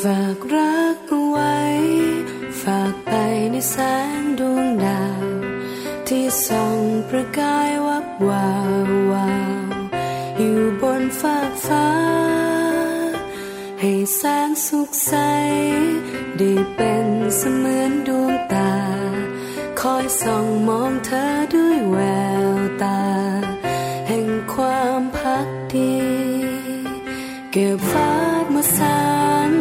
ฝากรักเอาไว้ ฝากไปในแสงดวงดาว ที่ส่องประกายวับวาววาวอยู่บนฟากฟ้า ให้แสงสุขใส ได้เป็นเสมือนดวงตา คอยส่องมองเธอด้วยแววตา แห่งความพักดี เก็บฟ้ามาสาน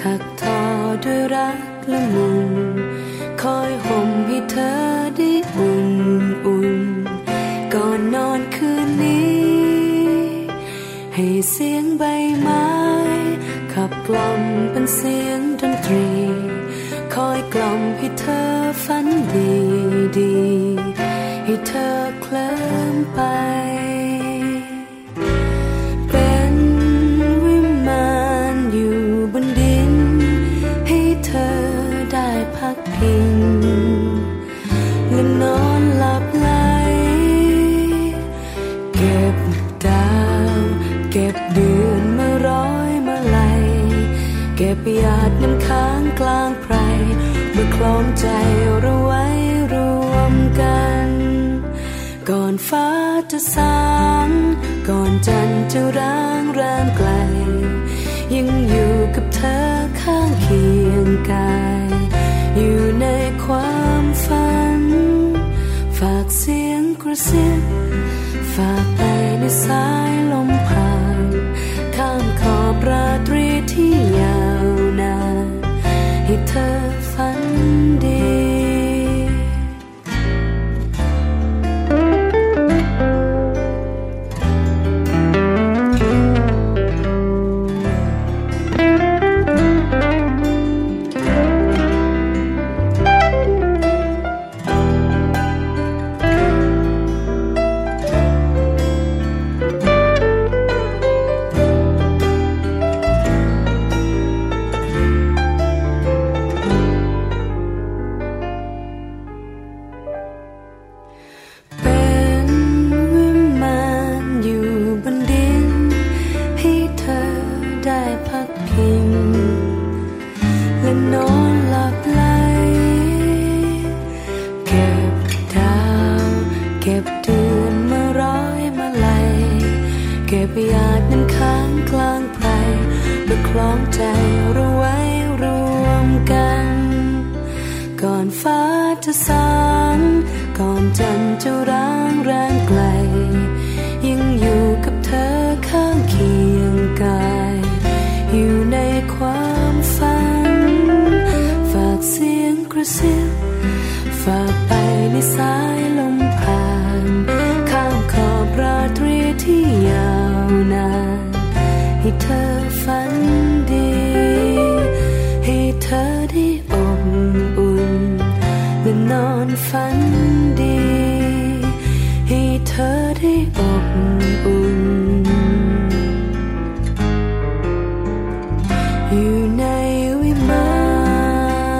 ถักทอด้วยรักละมุนคอยห่มให้เธอได้อุ่นอุ่นก่อนนอนคืนนี้ ให้เสียงใบไม้ขับกล่อมเป็นเสียงดนตรี คอยกล่อมให้เธอฝันดีดีๆให้เธอเคลิ้มไป เป็นวิมานอยู่บนดิน ให้เธอได้พักพิงและนอนหลับไหล เก็บดาว เก็บเดือนมาร้อยมาไหลยเก็บหยาดน้ำค้างกลางไพรมาคล้องใจเราไว้รวมกัน ก่อนฟ้าจะสางก่อนจันทร์จะร้างรามไกล ยังอยู่กับเธอข้างเคียงกาย อยู่ในความฝัน ฝากเสียงกระซิบ ฝากไปในสายลมผ่านข้ามขอบราตรีที่ยาวนานให้เธอฝันดี เป็นวิมานอยู่บนดิน ให้เธอได้พักพิงและนอนหลับไหล เก็บดาว เก็บเดือนมาร้อยมาไหลยเก็บหยาดน้ำค้างกลางไพรมาคล้องใจเราไว้รวมกัน ก่อนฟ้าจะสางก่อนจันทร์จะร้างแรงไกล ยังอยู่กับเธอข้างเคียงกาย อยู่ในความฝัน ฝากเสียงกระซิบ ฝากไปในสายลมผ่าน ข้ามขอบราตรีที่ยาวนาน ให้เธอฝันดี ให้เธอได้อบอุ่นและนอนฝันดี ให้เธอได้อบอุ่น อยู่ในวิมาน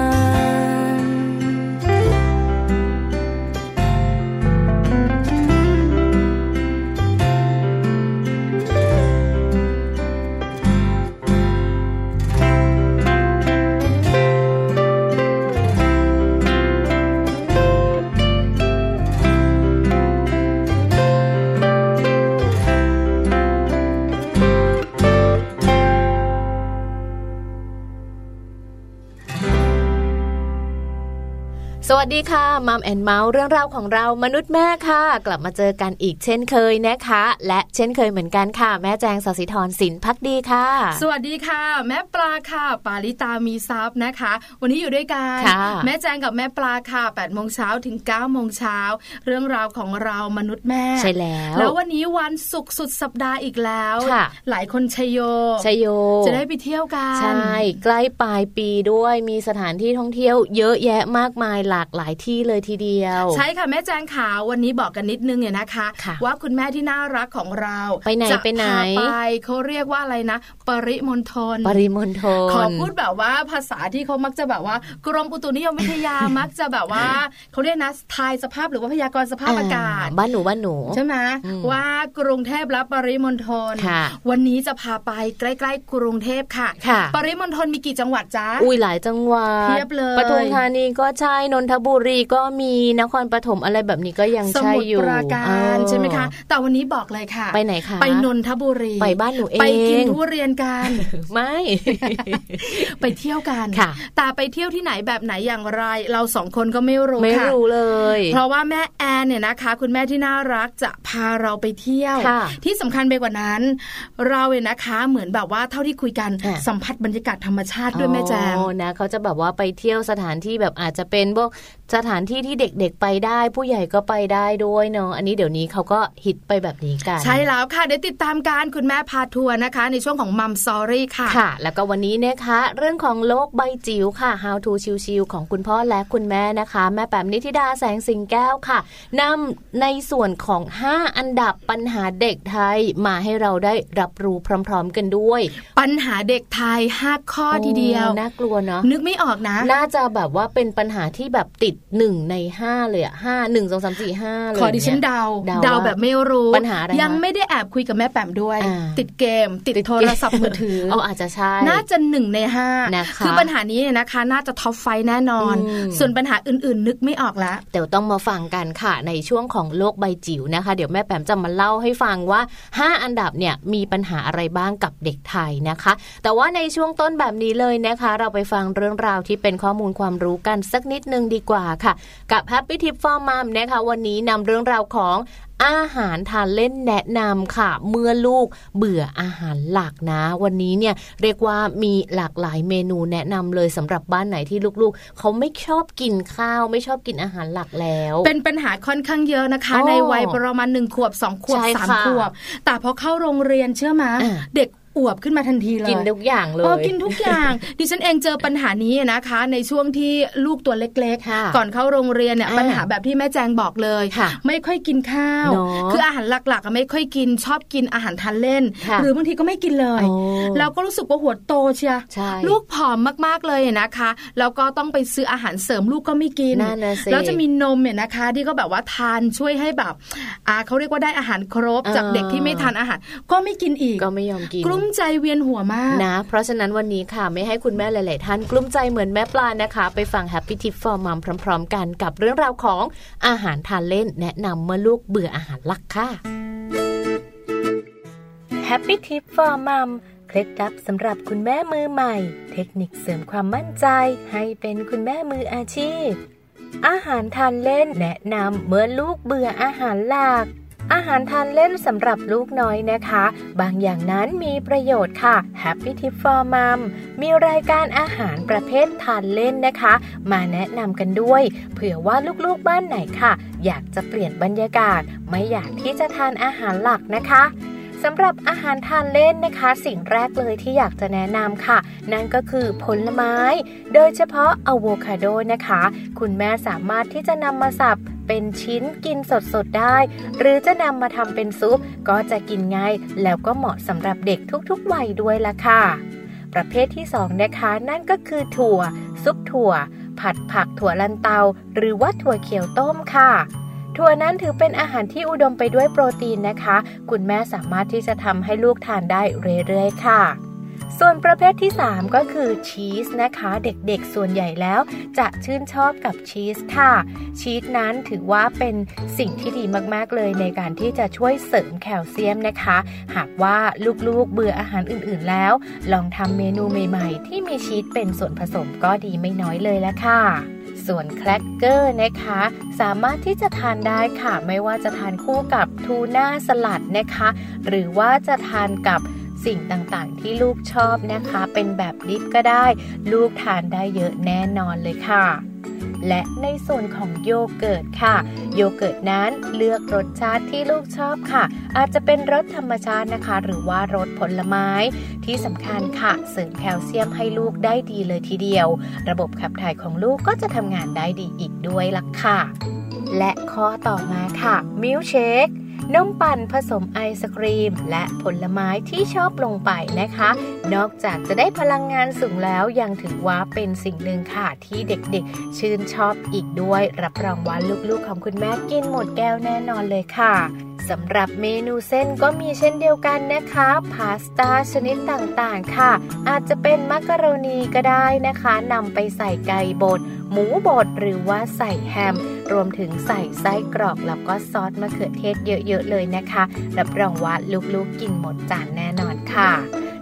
สวัสดีค่ะมัมแอนเมาส์เรื่องราวของเรามนุษย์แม่ค่ะ กลับมาเจอกันอีกเช่นเคยนะคะ และเช่นเคยเหมือนกันค่ะ แม่แจงสศิธรสินพักดีค่ะ สวัสดีค่ะ แม่ปลาค่ะ ปาลิตามีซัพ์นะคะ วันนี้อยู่ด้วยกัน ค่ะ แม่แจงกับแม่ปลาค่ะ8ปดโมงเช้าถึง9ก้าโมงเช้าเรื่องราวของเรามนุษย์แม่ ใช่แล้ว แล้ววันนี้วันศุกร์สุดสัปดาห์อีกแล้ว ค่ะ หลายคนชัยโย ชัยโย จะได้ไปเที่ยวกัน ใช่ ใกล้ปลายปีด้วยมีสถานที่ท่องเที่ยวเยอะแยะมากมายหลา ากหลายที่เลยทีเดียว ใช่ค่ะแม่แจงขาววันนี้บอกกันนิดนึงเนี่ยนะคะ ค่ะ ว่าคุณแม่ที่น่ารักของเรา ไปไหน จะ ไปไหน พาไปเขาเรียกว่าอะไรนะ ปริมณฑล ปริมณฑล ขอพูดแบบว่าภาษาที่เขามักจะแบบว่า กรมอุตุนิยมวิทยา มักจะแบบ ว่าเขาเรียกนะทายสภาพหรือว่าพยากรณ์สภาพอากาศ บ้านหนูบ้านหนู ใช่ไหม อืม ว่ากรุงเทพและปริมณฑล ค่ะ วันนี้จะพาไปใกล้ๆกรุงเทพค่ะ ค่ะ ปริมณฑลมีกี่จังหวัดจ๊ะ อุ้ยหลายจังหวัด เพียบเลย ปทุมธานีก็ใช่ นนทบุรีก็มีนครปฐมอะไรแบบนี้ก็ยัง ส ใช่ มุทร อยู่ ปราการใช่ไหมคะ แต่วันนี้บอกเลยค่ะ ไปไหนคะ ไปนนทบุรี ไปบ้านหนูเอง ไปกินทุเรียนกัน ไม่ ไปเที่ยวกัน ค่ะ แต่ไปเที่ยวที่ไหนแบบไหนอย่างไร เราสองคนก็ไม่รู้ ไม่ ค่ะ รู้เลย เพราะว่าแม่แอนเนี่ยนะคะ คุณแม่ที่น่ารักจะพาเราไปเที่ยว ค่ะ ที่สำคัญไปกว่านั้น เราเนี่ยนะคะเหมือนแบบว่าเท่าที่คุยกัน อ่ะ สัมผัสบรรยากาศธรรมชาติด้วยแม่แจง โอ้นะเขาจะแบบว่าไปเที่ยวสถานที่แบบอาจจะเป็นพวกสถานที่ที่เด็กๆไปได้ ผู้ใหญ่ก็ไปได้ด้วยเนาะอันนี้เดี๋ยวนี้เขาก็ฮิตไปแบบนี้กัน ใช่แล้วค่ะ เดี๋ยวติดตามการคุณแม่พาทัวร์นะคะ ในช่วงของมัมซอรี่ค่ะ ค่ะ แล้วก็วันนี้นะคะ เรื่องของโลกใบจิ๋วค่ะ How to ชิวๆของคุณพ่อและคุณแม่นะคะ แม่แปมนิธิดาแสงสิงแก้วค่ะนำในส่วนของ 5 อันดับปัญหาเด็กไทยมาให้เราได้รับรู้พร้อมๆกันด้วย ปัญหาเด็กไทย 5 ข้อทีเดียว โอ้น่ากลัวเนาะ นึกไม่ออกนะ น่าจะแบบว่าเป็นปัญหาที่แบบติด 1 ใน 5 เลยอะห้าหนึ่งสองสามสี่ห้าเลย ขอดิฉัน เนี่ย เดา เดาว่า แบบไม่รู้ ปัญหาอะไร ยัง คะ ไม่ได้แอบคุยกับแม่แปมด้วย อ่า ติดเกม ติดโทรศัพท์มือถือ เอาอาจจะใช่ น่าจะหนึ่งในห้า นะคะ อปัญหานี้เนี่ยนะคะ น่าจะท็อปไฟว์แน่นอน อืม ส่วนปัญหาอื่นๆ นึกไม่ออกแล้ว เดี๋ยวต้องมาฟังกันค่ะในช่วงของโลกใบจิ๋วนะคะ เดี๋ยวแม่แปมจะมาเล่าให้ฟังว่า 5 อันดับเนี่ยมีปัญหาอะไรบ้างกับเด็กไทยนะคะ แต่ว่าในช่วงต้นแบบนี้เลยนะคะ เราไปฟังเรื่องราวที่เป็นข้อมูลความรู้กันสักนิดนึงดีกว่าค่ะ กับ Happy Tip for Mom นะคะ วันนี้นำเรื่องราวของอาหารทานเล่นแนะนำค่ะ เมื่อลูกเบื่ออาหารหลักนะ วันนี้เนี่ยเรียกว่ามีหลากหลายเมนูแนะนำเลยสำหรับบ้านไหนที่ลูกๆ เขาไม่ชอบกินข้าว ไม่ชอบกินอาหารหลักแล้ว เป็นปัญหาค่อนข้างเยอะนะคะ โอ้ ในวัยประมาณหนึ่งขวบสองขวบ ใช่ สาม ค่ะ ขวบ แต่พอเข้าโรงเรียนเชื่อมา อ่า เด็กอวบขึ้นมาทันทีเลย กินทุกอย่างเล เออย กินทุกอย่าง ดิฉันเองเจอปัญหานี้นะคะ ในช่วงที่ลูกตัวเล็ก ค่ะ ก่อนเข้าโรงเรียนเนี่ย อ่า ปัญหาแบบที่แม่แจงบอกเลย ค่ะ ไม่ค่อยกินข้าว เนอะ คืออาหารหลักๆอะไม่ค่อยกินชอบกินอาหารทานเล่น ค่ะ หรือบางทีก็ไม่กินเลย โอ้ เราก็รู้สึกว่าหัวโตเชีย ใช่ ลูกผอมมากๆเลยนะคะแล้วก็ต้องไปซื้ออาหารเสริมลูกก็ไม่กิน นั่นน่ะสิ แล้วจะมีนมเนี่ยนะคะ ที่ก็แบบว่าทานช่วยให้แบบอ่าเขาเรียกว่าได้อาหารครบ จาก อ่า เด็กที่ไม่ทานอาหาร ก็ไม่กินอีก ก็ไม่ยอมกิน กลุ้มใจเวียนหัวมาก นะ เพราะฉะนั้นวันนี้ค่ะ ไม่ให้คุณแม่หลาย ๆ ท่านกลุ้มใจเหมือนแม่ปลานะคะ ไปฟัง Happy Tip for Mom พร้อม ๆ กันกับเรื่องราวของอาหารทานเล่น แนะนำเมื่อลูกเบื่ออาหารหลักค่ะ Happy Tip for Mom เคล็ดลับสำหรับคุณแม่มือใหม่ เทคนิคเสริมความมั่นใจ ให้เป็นคุณแม่มืออาชีพ อาหารทานเล่นแนะนำเมื่อลูกเบื่ออาหารหลกัก อาหารทานเล่นสำหรับลูกน้อยนะคะ บางอย่างนั้นมีประโยชน์ค่ะ Happy Tip for Mom มีรายการอาหารประเภททานเล่นนะคะ มาแนะนำกันด้วย เผื่อว่าลูกๆบ้านไหนค่ะ อยากจะเปลี่ยนบรรยากาศ ไม่อยากที่จะทานอาหารหลักนะคะ สำหรับอาหารทานเล่นนะคะ สิ่งแรกเลยที่อยากจะแนะนำค่ะ นั่นก็คือผลไม้ โดยเฉพาะอะโวคาโดนะคะ คุณแม่สามารถที่จะนำมาสับเป็นชิ้นกินสดๆได้ หรือจะนำมาทำเป็นซุป ก็จะกินง่าย แล้วก็เหมาะสำหรับเด็กทุกๆวัยด้วยละค่ะ ประเภทที่สองนะคะ นั่นก็คือถั่ว ซุปถั่ว ผัดผักถั่วลันเตา หรือว่าถั่วเขียวต้มค่ะ ถั่วนั้นถือเป็นอาหารที่อุดมไปด้วยโปรตีนนะคะ คุณแม่สามารถที่จะทำให้ลูกทานได้เรื่อยๆ ค่ะ ส่วนประเภทที่ 3 ก็คือชีสนะคะ เด็กๆ ส่วนใหญ่แล้ว จะชื่นชอบกับชีสค่ะ ชีสนั้นถือว่าเป็นสิ่งที่ดีมากๆเลยในการที่จะช่วยเสริมแคลเซียมนะคะ หากว่าลูกๆ เบื่ออาหารอื่นๆแล้ว ลองทำเมนูใหม่ๆ ที่มีชีสเป็นส่วนผสมก็ดีไม่น้อยเลยละค่ะ ส่วนแครกเกอร์นะคะ สามารถที่จะทานได้ค่ะ ไม่ว่าจะทานคู่กับทูน่าสลัดนะคะ หรือว่าจะทานกับสิ่งต่างๆ ที่ลูกชอบนะคะ เป็นแบบดิบก็ได้ ลูกทานได้เยอะแน่นอนเลยค่ะ และในส่วนของโยเกิร์ตค่ะ โยเกิร์ตนั้นเลือกรสชาติที่ลูกชอบค่ะ อาจจะเป็นรสธรรมชาตินะคะ หรือว่ารสผลไม้ ที่สำคัญค่ะเสริมแคลเซียมให้ลูกได้ดีเลยทีเดียว ระบบขับถ่ายของลูกก็จะทำงานได้ดีอีกด้วยล่ะค่ะ และข้อต่อมาค่ะมิลเชค นมปั่นผสมไอศครีม และผลไม้ที่ชอบลงไปนะคะ นอกจากจะได้พลังงานสูงแล้วยังถือว่าเป็นสิ่งหนึ่งค่ะ ที่เด็กๆ ชื่นชอบอีกด้วย รับรองว่าลูกๆของคุณแม่กินหมดแก้วแน่นอนเลยค่ะสำหรับเมนูเส้นก็มีเช่นเดียวกันนะคะ พาสต้าชนิดต่างๆ ค่ะ อาจจะเป็นมักกะโรนีก็ได้นะคะนำไปใส่ไก่บด หมูบดหรือว่าใส่แฮม รวมถึงใส่ไส้กรอกแล้วก็ซอสมะเขือเทศเยอะๆเลยนะคะ รับรองว่าลูกๆกินหมดจานแน่นอนค่ะ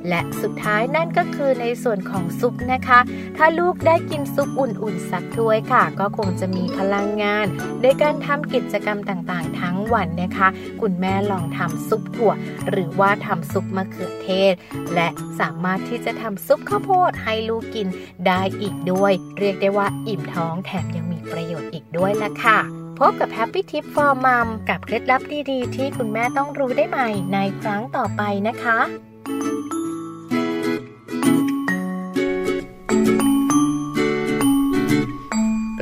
และสุดท้ายนั่นก็คือในส่วนของซุปนะคะ ถ้าลูกได้กินซุปอุ่นๆสักถ้วยค่ะ ก็คงจะมีพลังงาน โดยการทำกิจกรรมต่างๆ ทั้งวันนะคะ คุณแม่ลองทำซุปถั่ว หรือว่าทำซุปมะเขือเทศ และสามารถที่จะทำซุปข้าวโพดให้ลูกกินได้อีกด้วย เรียกได้ว่าอิ่มท้องแถมยังมีประโยชน์อีกด้วยล่ะค่ะ พบกับ Happy Tip for Mom กับเคล็ดลับดีๆ ที่คุณแม่ต้องรู้ได้ใหม่ในครั้งต่อไปนะคะ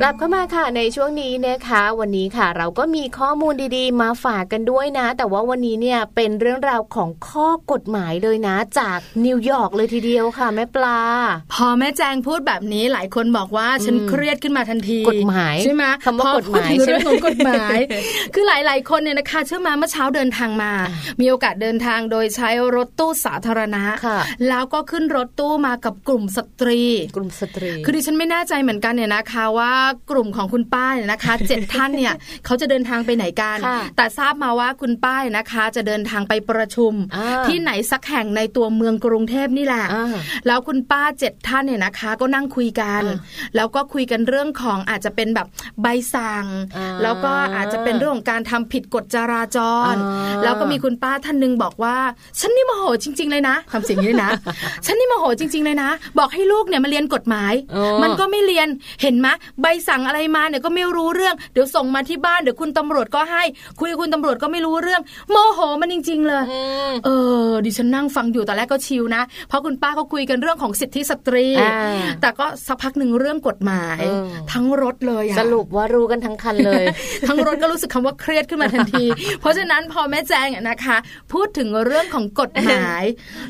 กลับเข้ามาค่ะในช่วงนี้นะคะ วันนี้ค่ะ เราก็มีข้อมูลดีๆ มาฝากกันด้วยนะ แต่ว่าวันนี้เนี่ยเป็นเรื่องราวของข้อกฎหมายเลยนะ จากนิวยอร์กเลยทีเดียวค่ะแม่ปลา พอแม่แจงพูดแบบนี้หลายคนบอกว่าฉันเครียดขึ้นมาทันที กฎหมาย ใช่ไหม คำว่า พอก ฎหมาย พูถึง ใช่ไหม เรื่องของกฎหมาย คือหลาย ๆ คนเนี่ยนะคะ เชื่อมาเมื่อเช้าเดินทางมา มีโอกาสเดินทางโดยใช้รถตู้สาธารณะ ค่ะ แล้วก็ขึ้นรถตู้มากับกลุ่มสตรี กลุ่มสตรี คือดิฉันไม่แน่ใจเหมือนกันเนี่ยนะคะว่ากลุ่มของคุณป้าเนี่ย นะคะ เจ็ดท่านเนี่ยเขาจะเดินทางไปไหนกัน ค่ะ แต่ทราบมาว่าคุณป้าเนี่ยนะคะ จะเดินทางไปประชุม อ่า ที่ไหนสักแห่งในตัวเมืองกรุงเทพนี่แหละ อ่า แล้วคุณป้าเจ็ดท่านเนี่ยนะคะ ก็นั่งคุยกัน อ่า แล้วก็คุยกันเรื่องของอาจจะเป็นแบบใบสั่ง อ่า แล้วก็อาจจะเป็นเรื่องของการทำผิดกฎจราจร อ่า แล้วก็มีคุณป้าท่านหนึงบอกว่า ฉันนี่โมโหจริง ๆ เลยนะทำเสียงนี้ด้วยนะ ฉันนี่โมโหจริง ๆ เลยนะ บอกให้ลูกเนี่ยมาเรียนกฎหมาย อ๋อ มันก็ไม่เรียนเห็นไหมะใบสั่งอะไรมาเนี่ยก็ไม่รู้เรื่องเดี๋ยวส่งมาที่บ้านเดี๋ยวคุณตำรวจก็ให้ คุยกับคุณตำรวจก็ไม่รู้เรื่อง โมโหมันจริง ๆ เลย อืม เออดิฉันนั่งฟังอยู่ตอนแรกก็ชิลนะ เพราะคุณป้าเขาคุยกันเรื่องของสิทธิสตรี อ่า แต่ก็สักพักหนึ่งเรื่องกฎหมาย เออ ทั้งรถเลยอะ สรุปว่ารู้กันทั้งคันเลย ทั้งรถก็รู้สึกคำว่าเครียดขึ้นมาทันที เพราะฉะนั้นพอแม่แจงอะนะคะ พูดถึงเรื่องของกฎห มาย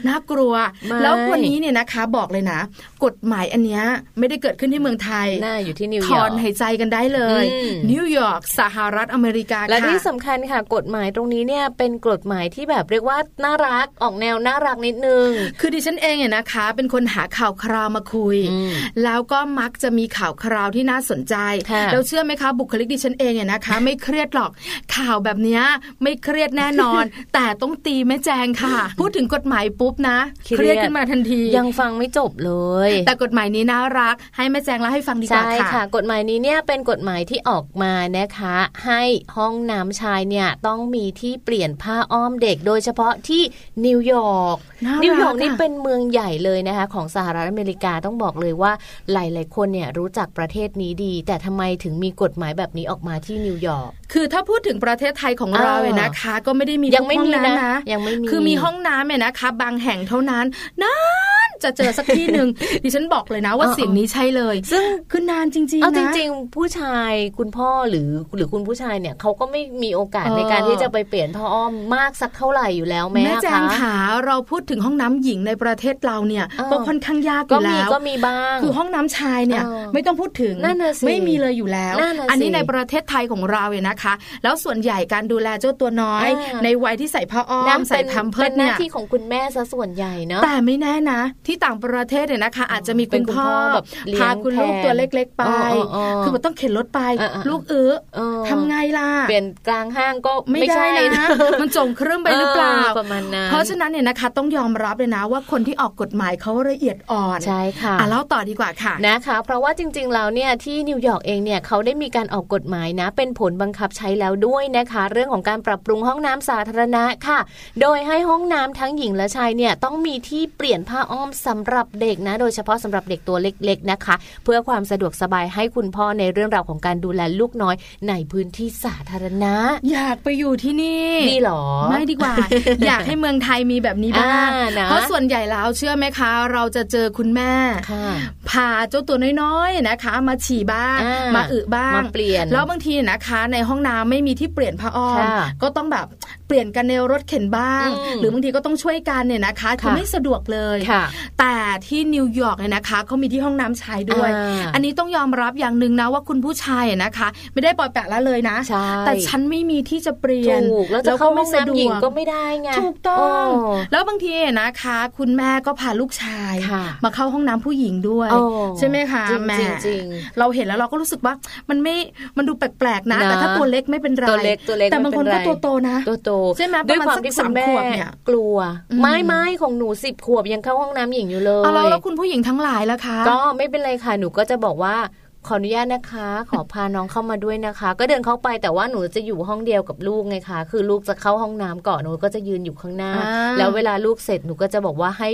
น่ากลัว ไม่ แล้ววันนี้เนี่ยนะคะบอกเลยนะ กฎหมายอันเนี้ยไม่ได้เกิดขึ้นที่เมืองไทย หน้าอยู่ที่นิว ถ ยอ อ ร์ น ก หายใจกันได้เลย อืม นิวยอร์กสหรัฐอเมริกา และ ค่ะ ที่สำคัญค่ะ กฎหมายตรงนี้เนี่ยเป็นกฎหมายที่แบบเรียกว่าน่ารักออกแนวน่ารักนิดนึง คือดิฉันเองเนี่ยนะคะ เป็นคนหาข่าวคราวมาคุย อืม แล้วก็มักจะมีข่าวคราวที่น่าสนใจ ค่ะ แล้วเชื่อไหมคะบุคลิกดิฉันเองเนี่ยนะคะ ไม่เครียดหรอกข่าวแบบเนี้ยไม่เครียดแน่นอน แต่ต้องตีแม่แจงค่ะ พูดถึงกฎหมายปุ๊บนะ เครียด ยดขึ้นมาทันที ยังฟังไม่จบเลย แต่กฎหมายนี้น่ารัก ให้แม่แจงเล่าให้ฟังดีกว่า ใช่ค่ะ ค่ะ กฎหมายนี้เนี่ยเป็นกฎหมายที่ออกมานะคะ ให้ห้องน้ำชายเนี่ยต้องมีที่เปลี่ยนผ้าอ้อมเด็ก โดยเฉพาะที่นิวยอร์ก น่ารัก นิวยอร์กนี่ อะ เป็นเมืองใหญ่เลยนะคะ ของสหรัฐอเมริกาต้องบอกเลยว่าหลาย ๆ คนเนี่ยรู้จักประเทศนี้ดี แต่ทำไมถึงมีกฎหมายแบบนี้ออกมาที่นิวยอร์ก คือถ้าพูดถึงประเทศไทยของเรา อ่า เนี่ยนะคะ ก็ไม่ได้มี ยังไม่มี ทุกห้อ นะ งำ ยังไม่มี คือมีห้องน้ำเนี่ยนะคะ บางแห่งเท่านั้นนานจะเจอสักที่ หนึ่ง ดิฉันบอกเลยนะว่า เออ เสียงนี้ใช่เลย ซึ่ง คือนานจริงๆ เอา นะ จริงๆ ผู้ชายคุณพ่อหรือหรือคุณผู้ชายเนี่ยเขาก็ไม่มีโอกาส เออ ในการที่จะไปเปลี่ยนพ่ออ้อมมากสักเท่าไหร่อยู่แล้วแม่ แม่แจง คะ ขาเราพูดถึงห้องน้ำหญิงในประเทศเราเนี่ย เออ ก็ค่อนข้างยากอ ก็ ยู่ มี แล้ว ก็มีบ้าง คือห้องน้ำชายเนี่ย เออ ไม่ต้องพูดถึง นั่นน่ะสิ ไม่มีเลยอยู่แล้ว นั่นน่ะสิ อันี้ในประเทศไทยของเราเนี่ยนะคะ แล้วส่วนใหญ่การดูแลเจ้าตัวน้อย อ่า ในวัยที่ใส่ผ้าอ้อ นั่ ม น ใส่ เป็น แพมเพิร์ เป็ ด นห เนี่ น้าย ที่ของคุณแม่ซะส่วนใหญ่เนาะ แต่ไม่แน่นะ ที่ต่างประเทศเนี่ยนะคะ อาจจะมี เป็ คุ น ณ คุณพ่ พ่ อ อ แบบเลี้ยง พาคุณลูกตัวเล็ก ๆ ไป อ๋ออ๋อ คือมันต้องเข็นรถไป อ่าอ่า ลูกเอื้อ เออ ทำไงล่ะ เปลี่ยนกลางห้างก็ ไม่ได้ ใช่ นะ มันจงเครื่องไปหรือเปล่า ประมาณนั้น เพราะฉะนั้นเนี่ยนะคะ ต้องยอมรับเลยนะว่าคนที่ออกกฎหมายเขาละเอียดอ่อน ใช่ค่ะ อ่ะเล่าต่อดีกว่าค่ะ นะคะ เพราะว่าจริง ๆ แล้วเนี่ยที่นิวยอร์กเองเนี่ยเขาได้มีการออกกฎหมายนะ เป็นผลบังคับใช้แล้วด้วยนะคะ เรื่องของการปรับปรุงห้องน้ำสาธารณะค่ะ โดยให้ห้องน้ำทั้งหญิงและชายเนี่ยต้องมีที่เปลี่ยนผ้าอ้อม สำหรับเด็กนะ โดยเฉพาะสำหรับเด็กตัวเล็ก ๆนะคะ เพื่อความสะดวกสบายให้คุณพ่อในเรื่องราวของการดูแลลูกน้อยในพื้นที่สาธารณะ อยากไปอยู่ที่นี่ นี่หรอ ไม่ดี กว่า อยากให้เมืองไทยมีแบบนี้บ้าง อ่านะ เพราะส่วนใหญ่แล้วเชื่อไหมคะ เราจะเจอคุณแม่ ค่ะ พาเจ้าตัวน้อยๆนะคะ มาฉี่บ้าง อ่าม มาอึบ้าง มาเปลี่ยน แล้วบางทีนะคะ ในห้องน้ำไม่มีที่เปลี่ยนผ้าอ้อม ค่ะ ก็ต้องแบบเปลี่ยนกันในรถเข็นบ้าง อืม หรือบางทีก็ต้องช่วยกันเนี่ยนะคะคือ ค่ะ ไม่สะดวกเลย ค่ะ แต่ที่นิวยอร์กเนี่ยนะคะเขามีที่ห้องน้ำชายด้วย อ่า อันนี้ต้องยอมรับอย่างหนึ่งนะว่าคุณผู้ชายอะนะคะ ไม่ได้ปล่อยแปละละเลยนะ ใช่ แต่ฉันไม่มีที่จะเปลี่ยน ถูกแล้วจะเข้าห้องน้ำหญิงก็ ไม่ ไม่ได้ไง ถูกต้อง โ แล้วบางทีนะคะ คุณแม่ก็พาลูกชาย ค่ะ มาเข้าห้องน้ำผู้หญิงด้วย โอ้ ใช่ไหมคะ จริงๆ แหม่ จริง เราเห็นแล้วเราก็รู้สึกว่ามันไม่มันดูแปลกๆนะ นะ แต่ถ้าตัวเล็กไม่เป็นไร ตัวเล็กตัวเล็ก แต่บางคน ไม่ ก็ เป็นไร ตัวโตนะ ตัวโต ใช่ไหม ด้วย ประ ค มาวามณสัก ที่คุณแม่ สามขวบเนี่ย กลัว อืม ไม่ไม่ของหนูสิบขวบยังเข้าห้องน้ำหญิงอยู่เลย เอาแล้วแล้วคุณผู้หญิงทั้งหลายล่ะคะ ก็ไม่เป็นไรค่ะหนูก็จะบอกว่าขออนุญาตนะคะ ขอพาน้องเข้ามาด้วยนะคะ ก็เดินเข้าไปแต่ว่าหนูจะอยู่ห้องเดียวกับลูกไงคะคือลูกจะเข้าห้องน้ำก่อนหนูก็จะยืนอยู่ข้างหน้า อ่า แล้วเวลาลูกเสร็จหนูก็จะบอกว่าให้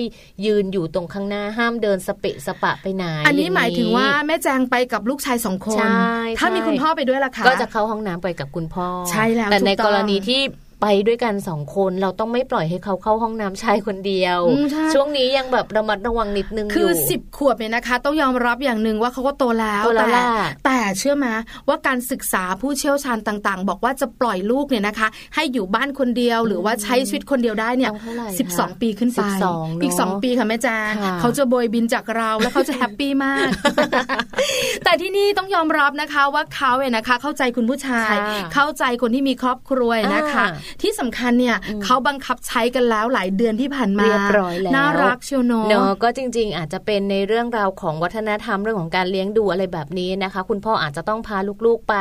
ยืนอยู่ตรงข้างหน้าห้ามเดินสเปะสปะไปไหน อันนี้ ง หมายถึงว่าแม่แจงไปกับลูกชายสองคน ใช่ ถ้ามี ใช่ คุณพ่อไปด้วยล่ะคะ ก็จะเข้าห้องน้ำไปกับคุณพ่อ ใช่แล้ว แต่ใน ถูกต้อง กรณีที่ไปด้วยกันสองคนเราต้องไม่ปล่อยให้เขาเข้าห้องน้ำชายคนเดียว อืมใช่ ช่วงนี้ยังแบบระมัดระวังนิดนึง คื ยู่ อสิบขวบเนี่ยนะคะ ต้องยอมรับอย่างหนึ่งว่าเขาก็โตแล้ว โตแล้ว แต่ ล่ะ แต่เชื่อมาว่าการศึกษาผู้เชี่ยวชาญต่างๆ บอกว่าจะปล่อยลูกเนี่ยนะคะ ให้อยู่บ้านคนเดียวหรือว่าใช้ชีวิตคนเดียวได้เนี่ย เอาเท่าไหร่ สิบสอง คะ ปีขึ้นไป 12เนอะ อีกสองปีค่ะแม่แจาง ค่ะ เขาจะโบยบินจากเราแล้วเขาจะแฮปปี้ มาก แต่ที่นี่ต้องยอมรับนะคะว่าเขาเนี่ยนะคะ เข้าใจคุณผู้ชาย ค่ะ เข้าใจคนที่มีครอบครัวนะคะ อ่า ที่สำคัญเนี่ยเขาบังคับใช้กันแล้วหลายเดือนที่ผ่านมา เรียบร้อยแล้ว น่ารักเชียวเนาะ เนาะก็จริง ๆ อาจจะเป็นในเรื่องราวของวัฒนธรรมเรื่องของการเลี้ยงดูอะไรแบบนี้นะคะ คุณพ่ออาจจะต้องพาลูกๆไป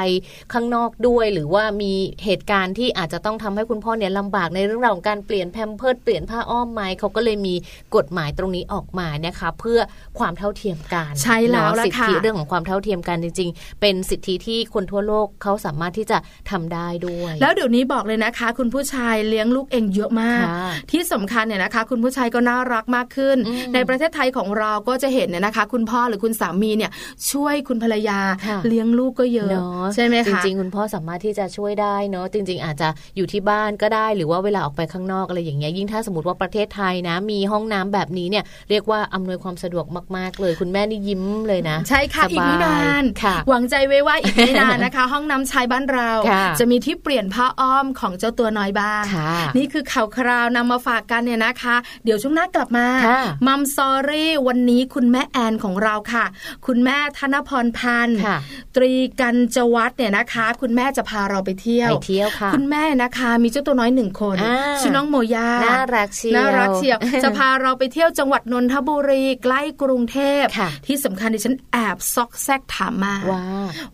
ข้างนอกด้วย หรือว่ามีเหตุการณ์ที่อาจจะต้องทำให้คุณพ่อเนี่ยลำบากในเรื่องราวของการเปลี่ยนแพมเพิร์ดเปลี่ยนผ้าอ้อมไหมเขาก็เลยมีกฎหมายตรงนี้ออกมานะคะ เพื่อความเท่าเทียมกัน ใช่แล้ว เนา ล่ะ สิท ค่ะ ธิเรื่องของความเท่าเทียมกันจริง ๆ เป็นสิทธิที่คนทั่วโลกเขาสามารถที่จะทำได้ด้วย แล้วเดี๋ยวนี้บอกเลยนะคะ คุณผู้ชายเลี้ยงลูกเองเยอะมาก ค่ะ ที่สำคัญเนี่ยนะคะ คุณผู้ชายก็น่ารักมากขึ้น อืม ในประเทศไทยของเราก็จะเห็นเนี่ยนะคะ คุณพ่อหรือคุณสามีเนี่ย ช่วยคุณภรรยา ค่ะ เลี้ยงลูกก็เยอะ เนาะ ใช่ไหม จ คะ ริงๆ คุณพ่อสามารถที่จะช่วยได้เนาะจริง ๆ อาจจะอยู่ที่บ้านก็ได้ หรือว่าเวลาออกไปข้างนอกอะไรอย่างเงี้ยยิ่งถ้าสมมติว่าประเทศไทยนะ มีห้องน้ำแบบนี้เนี่ยเรียกว่าอำนวยความสะดวกมาก ๆ เลย คุณแม่นี่ยิ้มเลยนะ ใช่ค่ะ สบ อีกไม่นาน ค่ะ หวังใจไว้ว่าอีกไม่นานนะคะ ห้องน้ำชายบ้านเรา ค่ะ จะมีที่เปลี่ยนผ้าอ้อมของเจ้าตัวน้อยบ้าง ค่ะ นี่คือข่าวคราวนำมาฝากกันเนี่ยนะคะ เดี๋ยวช่วงหน้ากลับมา ค่ะ มัมซอรี่วันนี้คุณแม่แอนของเราค่ะ คุณแม่ธนพรพันธ์ ค่ะ ตรีกัญจวัฒน์เนี่ยนะคะ คุณแม่จะพาเราไปเที่ยว ไปเที่ยวค่ะ คุณแม่นะคะมีเจ้าตัวน้อยหนึ่งคน อ่า ชื่อน้องโมยา น่ารักเชียว น่ารักเชียว จะพาเราไปเที่ยวจังหวัดนนทบุรีใกล้กรุงเทพ ค่ะ ที่สำคัญดิฉันแอบซอกแซกถามมา ว้า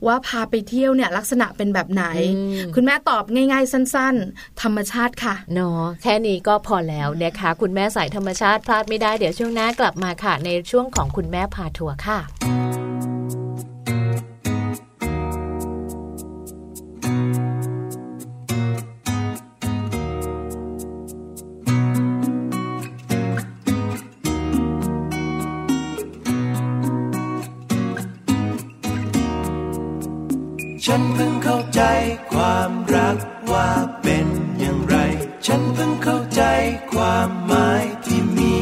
ว่าพาไปเที่ยวเนี่ยลักษณะเป็นแบบไหน อืม คุณแม่ตอบง่าย ๆ สั้น ๆ ธรรมชาติค่ะ เนาะแค่นี้ก็พอแล้วนะคะ คุณแม่สายธรรมชาติพลาดไม่ได้เดี๋ยวช่วงหน้ากลับมาค่ะ ในช่วงของคุณแม่พาทัวร์ค่ะ ฉันเพิ่งเข้าใจความรักว่าเป็นอย่างไร ฉันเพิ่งเข้าใจความหมายที่มี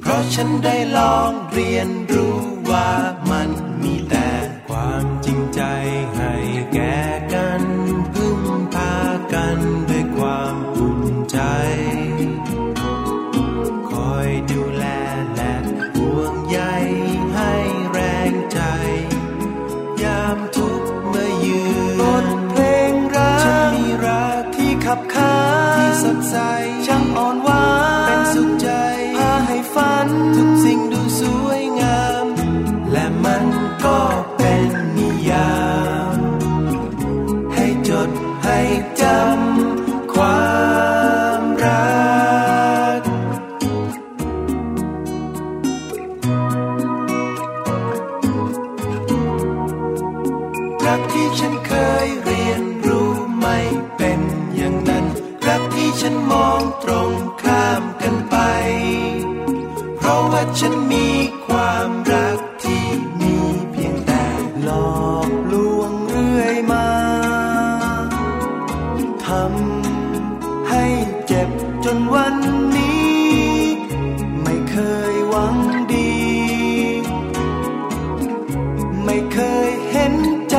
เพราะฉันได้ลองเรียนรู้ว่ามันมีแต่ความจริงใจให้แก่กันพึ่งพากันด้วยความอุ่นใจ คอยดูแลและห่วงใยให้แรงใจ ยามทุกข์เมื่อยืนบทเพลงรัก ฉันมีรักที่ขับขานที่สดใส ช่างอ่อนหวาน เป็นสุขใจ พาให้ฝัน ทุกสิ่งดูสวยงาม และมันก็เป็นนิยาม ให้จดให้จำความรัก รักที่ฉันเคยเรียนรู้ไม่เป็นอย่างนั้น รักที่ฉันมองตรงข้ามกันไป เพร ฉันมีความรักที่มีเพียงแต่หลอกลวงเรื่อยมา ทำให้เจ็บจนวันนี้ ไม่เคยหวังดี ไม่เคยเห็นใจ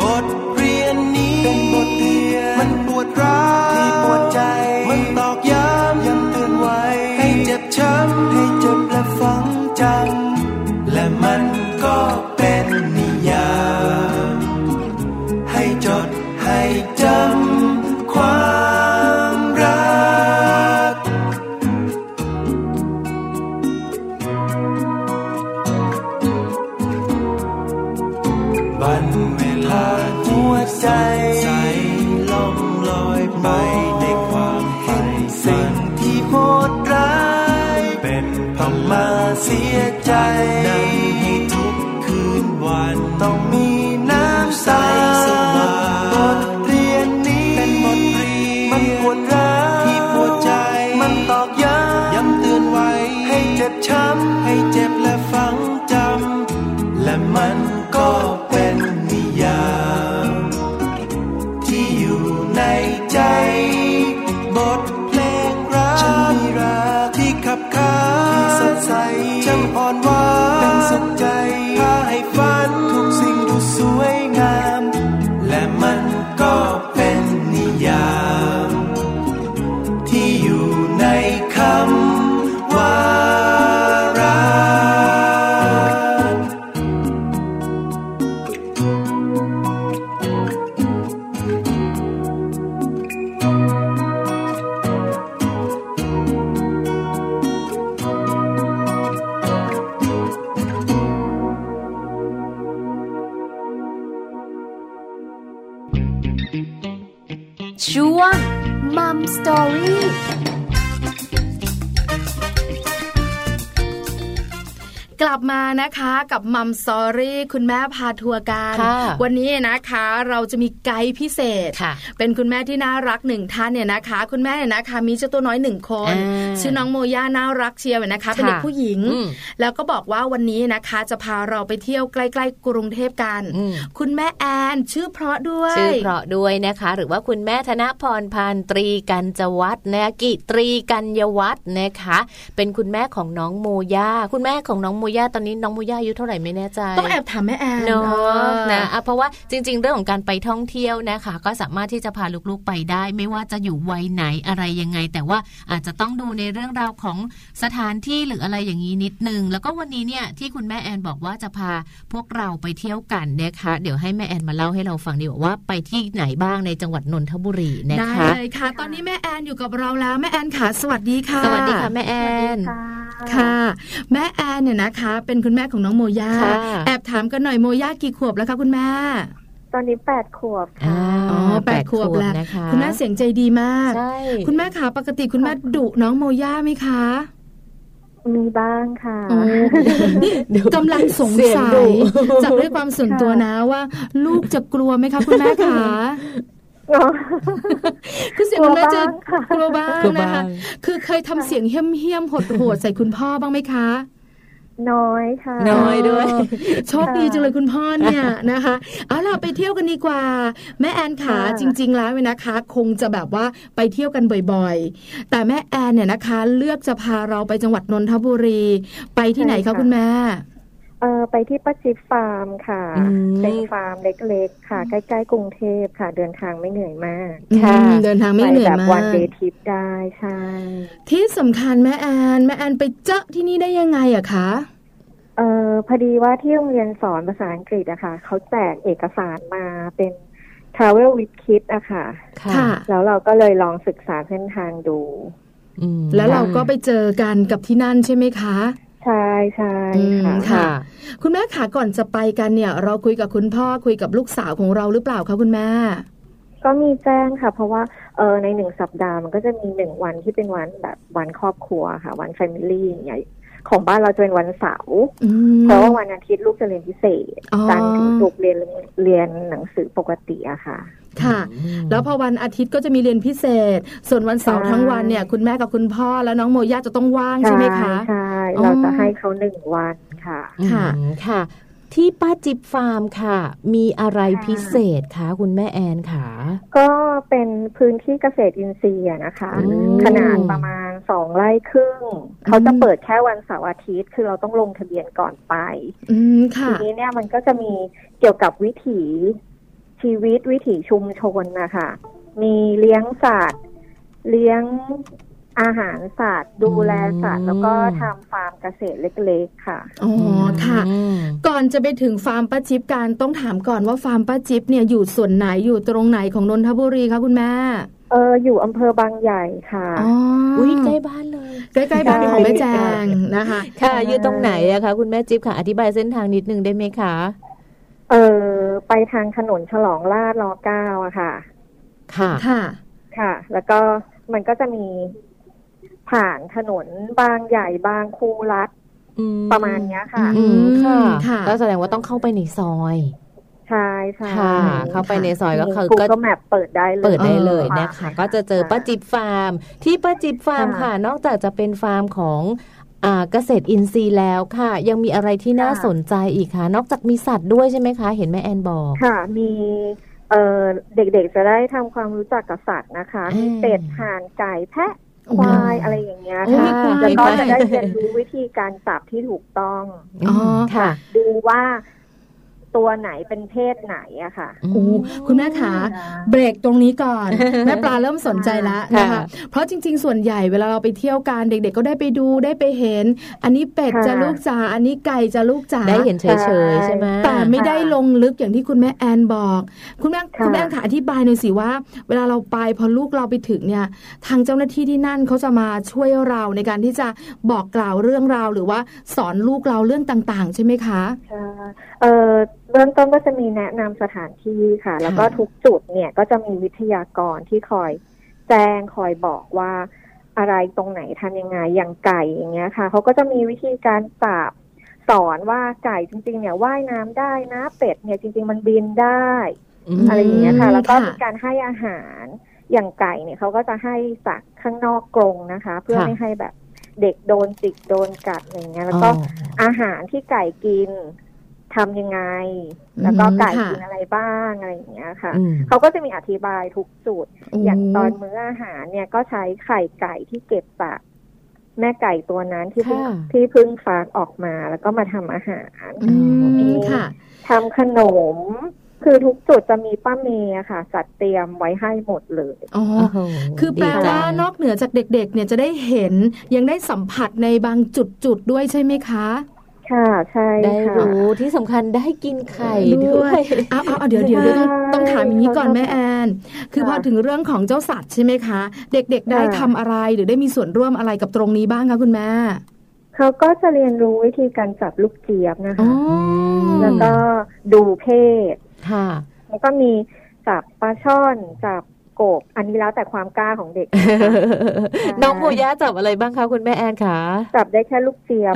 บทเรียนนี้เป็นบทเรียนมันปวดร้าวที่ปวดใจ มันตอกย้ำย้ำเตือนไว้ ให้เจ็บช้ำให้เจ็บและฝังจำและมันก็เป็นนิยาม ให้จดให้จำความรัก บันเวลาหัวใจใสล่องลอยไปในความเห็นสิ่งที่โหดร้าย เป็นพมาเสียใจนั่งให้ทุกคืนวันต้องมีน้ำตาบทเรียนนี้เป็นบทเรียนมันปวดร้าวที่ปวดใจ มันตอกย้ำย้ำเตือนไว้ ให้เจ็บช้ำให้เจ็บและฝังจำและมันก็เป็นนิยาม ที่อยู่ในใจ บทเพลงรักฉันมีรักที่ขับขานที่สดใสช่างอ่อนหวานเป็นสุขใจพาให้ฝันทุกสิ่งดูสวยงาม และมันก็เป็นนิยาม ที่อยู่ในคำว่ารัก ช่วงมัมสตอรี่ กลับมานะคะกับมัมสอรี่คุณแม่พาทัวร์กัน ค่ะ วันนี้นะคะเราจะมีไกด์พิเศษ ค่ะ เป็นคุณแม่ที่น่ารักหนึ่งท่านเนี่ยนะคะ คุณแม่เนี่ยนะคะมีเจ้าตัวน้อยหนึ่งคน อ่า ชื่อน้องโมย่าน่ารักเชียวนะคะเป็นเด็กผู้หญิง อืม แล้วก็บอกว่าวันนี้นะคะจะพาเราไปเที่ยวใกล้ๆกรุงเทพกัน อืม คุณแม่แอนชื่อเพราะด้วย ชื่อเพราะด้วยนะคะ หรือว่าคุณแม่ธนพรพานตรีกัญจวัฒน์นะกิตรีกัญญวัฒน์นะคะ เป็นคุณแม่ของน้องโมยาคุณแม่ของน้องโมยาตอนนี้น้องโมยาอายุเท่าไหร่ไม่แน่ใจ ต้องแอบถามแม่แอน เนา เอะ อ นะอ่ะเพราะว่าจริง ๆ เรื่องของการไปท่องเที่ยวนะคะ ก็สามารถที่จะพาลูกๆไปได้ ไม่ว่าจะอยู่วัยไหนอะไรยังไง แต่ว่าอาจจะต้องดูในเรื่องราวของสถานที่หรืออะไรอย่างนี้นิดนึง แล้วก็วันนี้เนี่ยที่คุณแม่แอนบอกว่าจะพาพวกเราไปเที่ยวกันนะคะเดี๋ยวให้แม่แอนมาเล่าให้เราฟังดีกว่าว่าไปที่ไหนบ้างในจังหวัดนนทบุรีนะ ได้ คะ เลยค่ะ ตอนนี้แม่แอนอยู่กับเราแล้วแม่แอนค่ะ สวัสดีค่ะ สวัสดีค่ะแม่แอน ค่ะ แม่แอนเนี่ยนะคะ เป็นคุณแม่ของน้องโมยา ค่ะ แอบถามกันหน่อยโมยากี่ขวบแล้วคะคุณแม่ ตอนนี้แปดขวบ อ่า ค่ะ แปดขวบแล้ว นะคะ คุณแม่เสียงใจดีมาก ใช่ คุณแม่คะปกติคุณแม่ดุน้องโมยาไหมคะ มีบ้างค่ะ โอ้นี่กำลังสง เย สัย ดุ จากด้วยความส่วนตัวนะว่า ลูกจะกลัวไหมคะคุณแม่คะคือเสียงคุณแม่จะกลัวบ้างนะคะ คือเคยทำเสียงเหี้ยมๆหดๆใส่คุณพ่อบ้างไหมคะ น้อยค่ะ น้อย ด้วย เอโชคดีจังเลยคุณพ่อเนี่ยนะคะเอาล่ะไปเที่ยวกันดีกว่า แม่แอนขา ค่ะ จริง ๆ แล้วเนี่ยนะคะ คงจะแบบว่าไปเที่ยวกันบ่อยๆ แต่แม่แอนเนี่ยนะคะ เลือกจะพาเราไปจังหวัดนนทบุรี ไปที่ไหนคะคุณแม่ เออไปที่ป้าจิ๊บฟาร์มค่ะ อืม เป็นฟาร์มเล็กๆ ค่ะ ใกล้ๆกรุงเทพค่ะ เดินทางไม่เหนื่อยมาก ค่ะ อืมเดินทางไม่เหนื่อ แบ ย บ มา วัน ก เดทิปได้ใช่ ที่สำคัญแม่แอนแม่แอนไปเจอที่นี่ได้ยังไงอะคะ เออพอดีว่าที่โรงเรียนสอนภาษาอังกฤษอะค่ะ เขาแจกเอกสารมาเป็น Travel with Kids อะค่ะ ค่ะ แล้วเราก็เลยลองศึกษาเส้นทางดู อืม แล้วเราก็ไปเจอกันกับที่นั่นใช่ไหมคะ ใช่ใช่ค่ะ อืม ค่ะ คุณแม่ขาก่อนจะไปกันเนี่ย เราคุยกับคุณพ่อคุยกับลูกสาวของเราหรือเปล่าคะคุณแม่ ก็มีแจ้งค่ะ เพราะว่าเออในหนึ่งสัปดาห์มันก็จะมีหนึ่งวันที่เป็นวันแบบวันครอบครัวค่ะ วันแฟมิลี่อย่างเงี้ยของบ้านเราจะเป็นวันเสาร์ อืม เพราะว่าวันอาทิตย์ลูกจะเรียนพิเศษ อ๋อ จันทร์ถึงศุกร์เรียนเรียนหนังสือปกติอะค่ะ ค่ะ แล้วพอวันอาทิตย์ก็จะมีเรียนพิเศษ ส่วนวันเสาร์ ใช่ ทั้งวันเนี่ย คุณแม่กับคุณพ่อและน้องโมย่าจะต้องว่างใช่ไหมคะ ใช่ อ๋อ เราจะให้เขาหนึ่งวันค่ะ ค่ะ อืม ค่ะ ที่ป้าจิบฟาร์มค่ะ มีอะไร ค่ะ พิเศษคะคุณแม่แอนค่ะ ก็เป็นพื้นที่เกษตรอินทรีย์อะนะคะ อืม ขนาดประมาณสองไร่ครึ่งเขาจะเปิดแค่วันเสาร์อาทิตย์ คือเราต้องลงทะเบียนก่อนไป อืมค่ะ ทีนี้เนี่ยมันก็จะมีเกี่ยวกับวิถีชีวิตวิถีชุมชนนะคะ มีเลี้ยงสัตว์เลี้ยงอาหารสัตว์ดูแลสัต อืมว์แล้วก็ทำฟาร์มเกษตรเล็กๆค่ะ อ๋อค่ะ ม ก่อนจะไปถึงฟาร์มป้าจิ๊บการต้องถามก่อนว่าฟาร์มป้าจิ๊บเนี่ยอยู่ส่วนไหนอยู่ตรงไหนของนนทบุรีคะคุณแม่ เอออยู่อำเภอบางใหญ่ค่ะ อ๋อ อุ้ยใกล้บ้านเลย ใกล้ๆบ้านของแม่แจงนะคะ ค่ะอยู่ตรงไหนอะคะคุณแม่จิ๊บค่ะอธิบายเส้นทางนิดนึงได้ไหมคะ เออไปทางถนนฉลองลาดรอเก้าอะค่ะ ค่ะ ค่ะ ค่ะ แล้วก็มันก็จะมีผ่านถนนบางใหญ่บางคูรัฐประมาณเนี้ยค่ะ อื อืมค่ะ อืมค่ะ ก็แสดงว่าต้องเข้าไปในซอย ใช่ใช่ ค่ะ เข้าไปในซอยก็คือก็ ก็แมปเปิดได้เลย เปิดได้เลยนะคะ ค่ ก็จะเจอป้าจิบฟาร์ม ที่ป้าจิบฟาร์ม ค่ะ ค่ะ นอกจากจะเป็นฟาร์มของอ่าเกษตรอินทรีย์แล้วค่ะ ยังมีอะไรที่น่า ค่ะ สนใจอีกคะนอกจากมีสัตว์ด้วยใช่ไหมคะ เห็นแม่แอนบอก ค่ะ มีเอ่อเด็กๆจะได้ทำความรู้จักกับสัตว์นะคะ อืม มีเป็ดห่านไก่แพะ โอ้ ควายอะไรอย่างเงี้ย โอ้ ค่ะ มีควาย แล้วด้วยก็จะได้เรียนรู้วิธีการจับที่ถูกต้อง อ๋อ มค่ะ ดูว่าตัวไหนเป็นเพศไหนอะค่ะ โอ้คุณแม่ขา เบรกตรงนี้ก่อน แม่ปลาเริ่มสนใจละนะคะ ค่ะ เพราะจริง ๆ ส่วนใหญ่เวลาเราไปเที่ยวกันเด็ก ๆ ก็ได้ไปดูได้ไปเห็น อันนี้เป็ด ค่ะ จะลูกจ๋าอันนี้ไก่จะลูกจ๋า ได้เห็นเฉยๆใช่ไหม แต่ไม่ได้ลงลึกอย่างที่คุณแม่แอนบอก คุณแม่ ค่ะ คุณแม่ค่ะอธิบายหน่อยสิว่า เวลาเราไปพอลูกเราไปถึงเนี่ย ทางเจ้าหน้าที่ที่นั่นเขาจะมาช่วยเราในการที่จะบอกกล่าวเรื่องราวหรือว่าสอนลูกเราเรื่องต่าง ๆ ใช่ไหมคะ ใช่เอ่อเบื้องต้นก็จะมีแนะนำสถานที่ค่ะ แล้วก็ทุกจุดเนี่ยก็จะมีวิทยากรที่คอยแจ้งคอยบอกว่าอะไรตรงไหนทำยังไงอย่างไก่อย่างเงี้ยค่ะเขาก็จะมีวิธีการจับสอนว่าไก่จริง ๆ เนี่ยว่ายน้ำได้นะเป็ดเนี่ยจริง ๆ มันบินได้ ม อะไรอย่างเงี้ยค่ะ แล้วก็ ค่ะ มีการให้อาหารอย่างไก่เนี่ยเขาก็จะให้จากข้างนอกกรงนะคะ เพื่อ ค่ะ ไม่ให้แบบเด็กโดนจิกโดนกัดอะไรอย่างเงี้ยแล้วก็ อาหารที่ไก่กินทำยังไง แล้วก็ อืม ไก่ ค่ะ กินอะไรบ้างอะไรอย่างเงี้ยค่ะ อืม เขาก็จะมีอธิบายทุกจุดอย่างตอน โ มื้ออาหารเนี่ยก็ใช้ไข่ไก่ที่เก็บจากแม่ไก่ตัวนั้นที่เพิ่ง ค่ะ ที่เพิ่งฟักออกมาแล้วก็มาทำอาหาร อืมค่ะ ทำขนม คือทุกจุดจะมีป้าเมย์อะค่ะ จัดเตรียมไว้ให้หมดเลย อ๋อ โอ้โห คือแปล ดีจัง ว่านอกเหนือจากเด็กๆ เนี่ยจะได้เห็นยังได้สัมผัสในบางจุดๆ ด้วยใช่ไหมคะ ค่ะ ใช่ ได้ ค่ะ รู้ที่สำคัญได้กินไข่ ด้ ด้ว วย ย เอาเอาเอาเดี๋ยวเดี๋ยวเดี๋ยวต้องต้องถามอย่างนี้ก่อนแม่แอน คือพอถึงเรื่องของเจ้าสัตว์ใช่ไหมคะ เด็กๆ ได้ ค่ะ ทำอะไรหรือได้มีส่วนร่วมอะไรกับตรงนี้บ้างคะคุณแม่ เขาก็จะเรียนรู้วิธีการจับลูกเจี๊ยบนะ อ๋อ คะ ม แล้วก็ดูเพศ ค่ะ แล้วก็มีจับปลาช่อนจับกบ อันนี้แล้วแต่ความกล้าของ เด็กนะคะ น้องปูย่าจับอะไรบ้างคะคุณแม่แอนคะ จับได้แค่ลูกเจี๊ยบ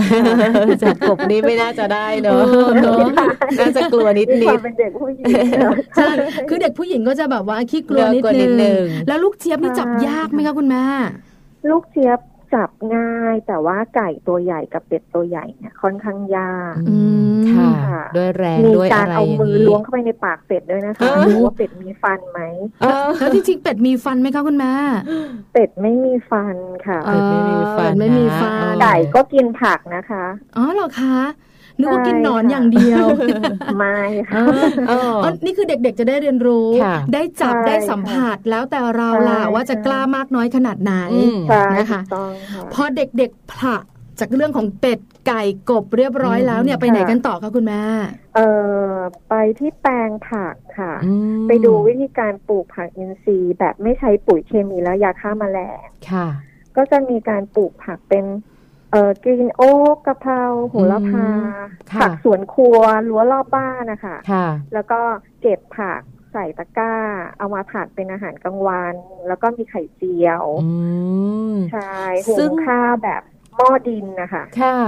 จับกบนี้ไม่น่าจะได้เนอะน่าจะกลัวนิดนิด้วยควา ด มเป็นเด็กผู้หญิงนะ ใช่คือเด็กผู้หญิงก็จะแบบว่าขี้กลัวนิด กลัวนิดนึ นึ ง งแล้วลูกเจี๊ยบนี่จับยากไหมคะคุณแม่ ลูกเจี๊ยบจับง่าย แต่ว่าไก่ตัวใหญ่กับเป็ดตัวใหญ่เนี่ยค่อนข้างยาก ค่ะ ค่ะ ด้วยแรง มี ด้วย กา อะ ร ไร เอา อย่าง มือ นี้ ล้วงเข้าไปในปากเป็ดด้วยนะคะ เออ ดูว่าเป็ดมีฟันไหม เออ แล้วที่จริงเป็ดมีฟันไหมคะคุณแม่ เป็ดไม่มีฟันค่ะ เป็ดไม่มีฟัน เป็ดไม่มี นะ ฟัน เออ ไก่ก็กินผักนะคะ อ๋อเหรอคะนึกว่ากินหนอนอย่างเดียว ไม่ เอ ค่ะ อเออ อ๋อนี่คือเด็กๆ จะได้เรียนรู้ ค่ะ ได้จับ ใช่ ได้สัมผัสแล้วแต่เราล่ะ ใช่ ว่าจะกล้ามากน้อยขนาดไหน อืม ใช่ นะคะ ถูกต้องค่ะ พอเด็กๆผละจากเรื่องของเป็ดไก่กบเรียบร้อยแล้วเนี่ยไปไหน ค่ะ กันต่อคะคุณแม่ เออไปที่แปลงผักค่ะ อืม ไปดูวิธีการปลูกผักอินทรีย์แบบไม่ใช้ปุ๋ยเคมีและยาฆ่าแมลง ค่ะ ก็จะมีการปลูกผักเป็นเอ่อกรีนโอ๊กกะเพราโหระพา อืมค่ะ ผักสวนครัวรั้วรอบบ้านนะคะ ค่ะ แล้วก็เก็บผักใส่ตะกร้า เอามาผัดเป็นอาหารกลางวัน แล้วก็มีไข่เจียว อืม ใช่ ซึ่ หุ ง งข้าวแบบหม้อดินนะคะ ค่ะ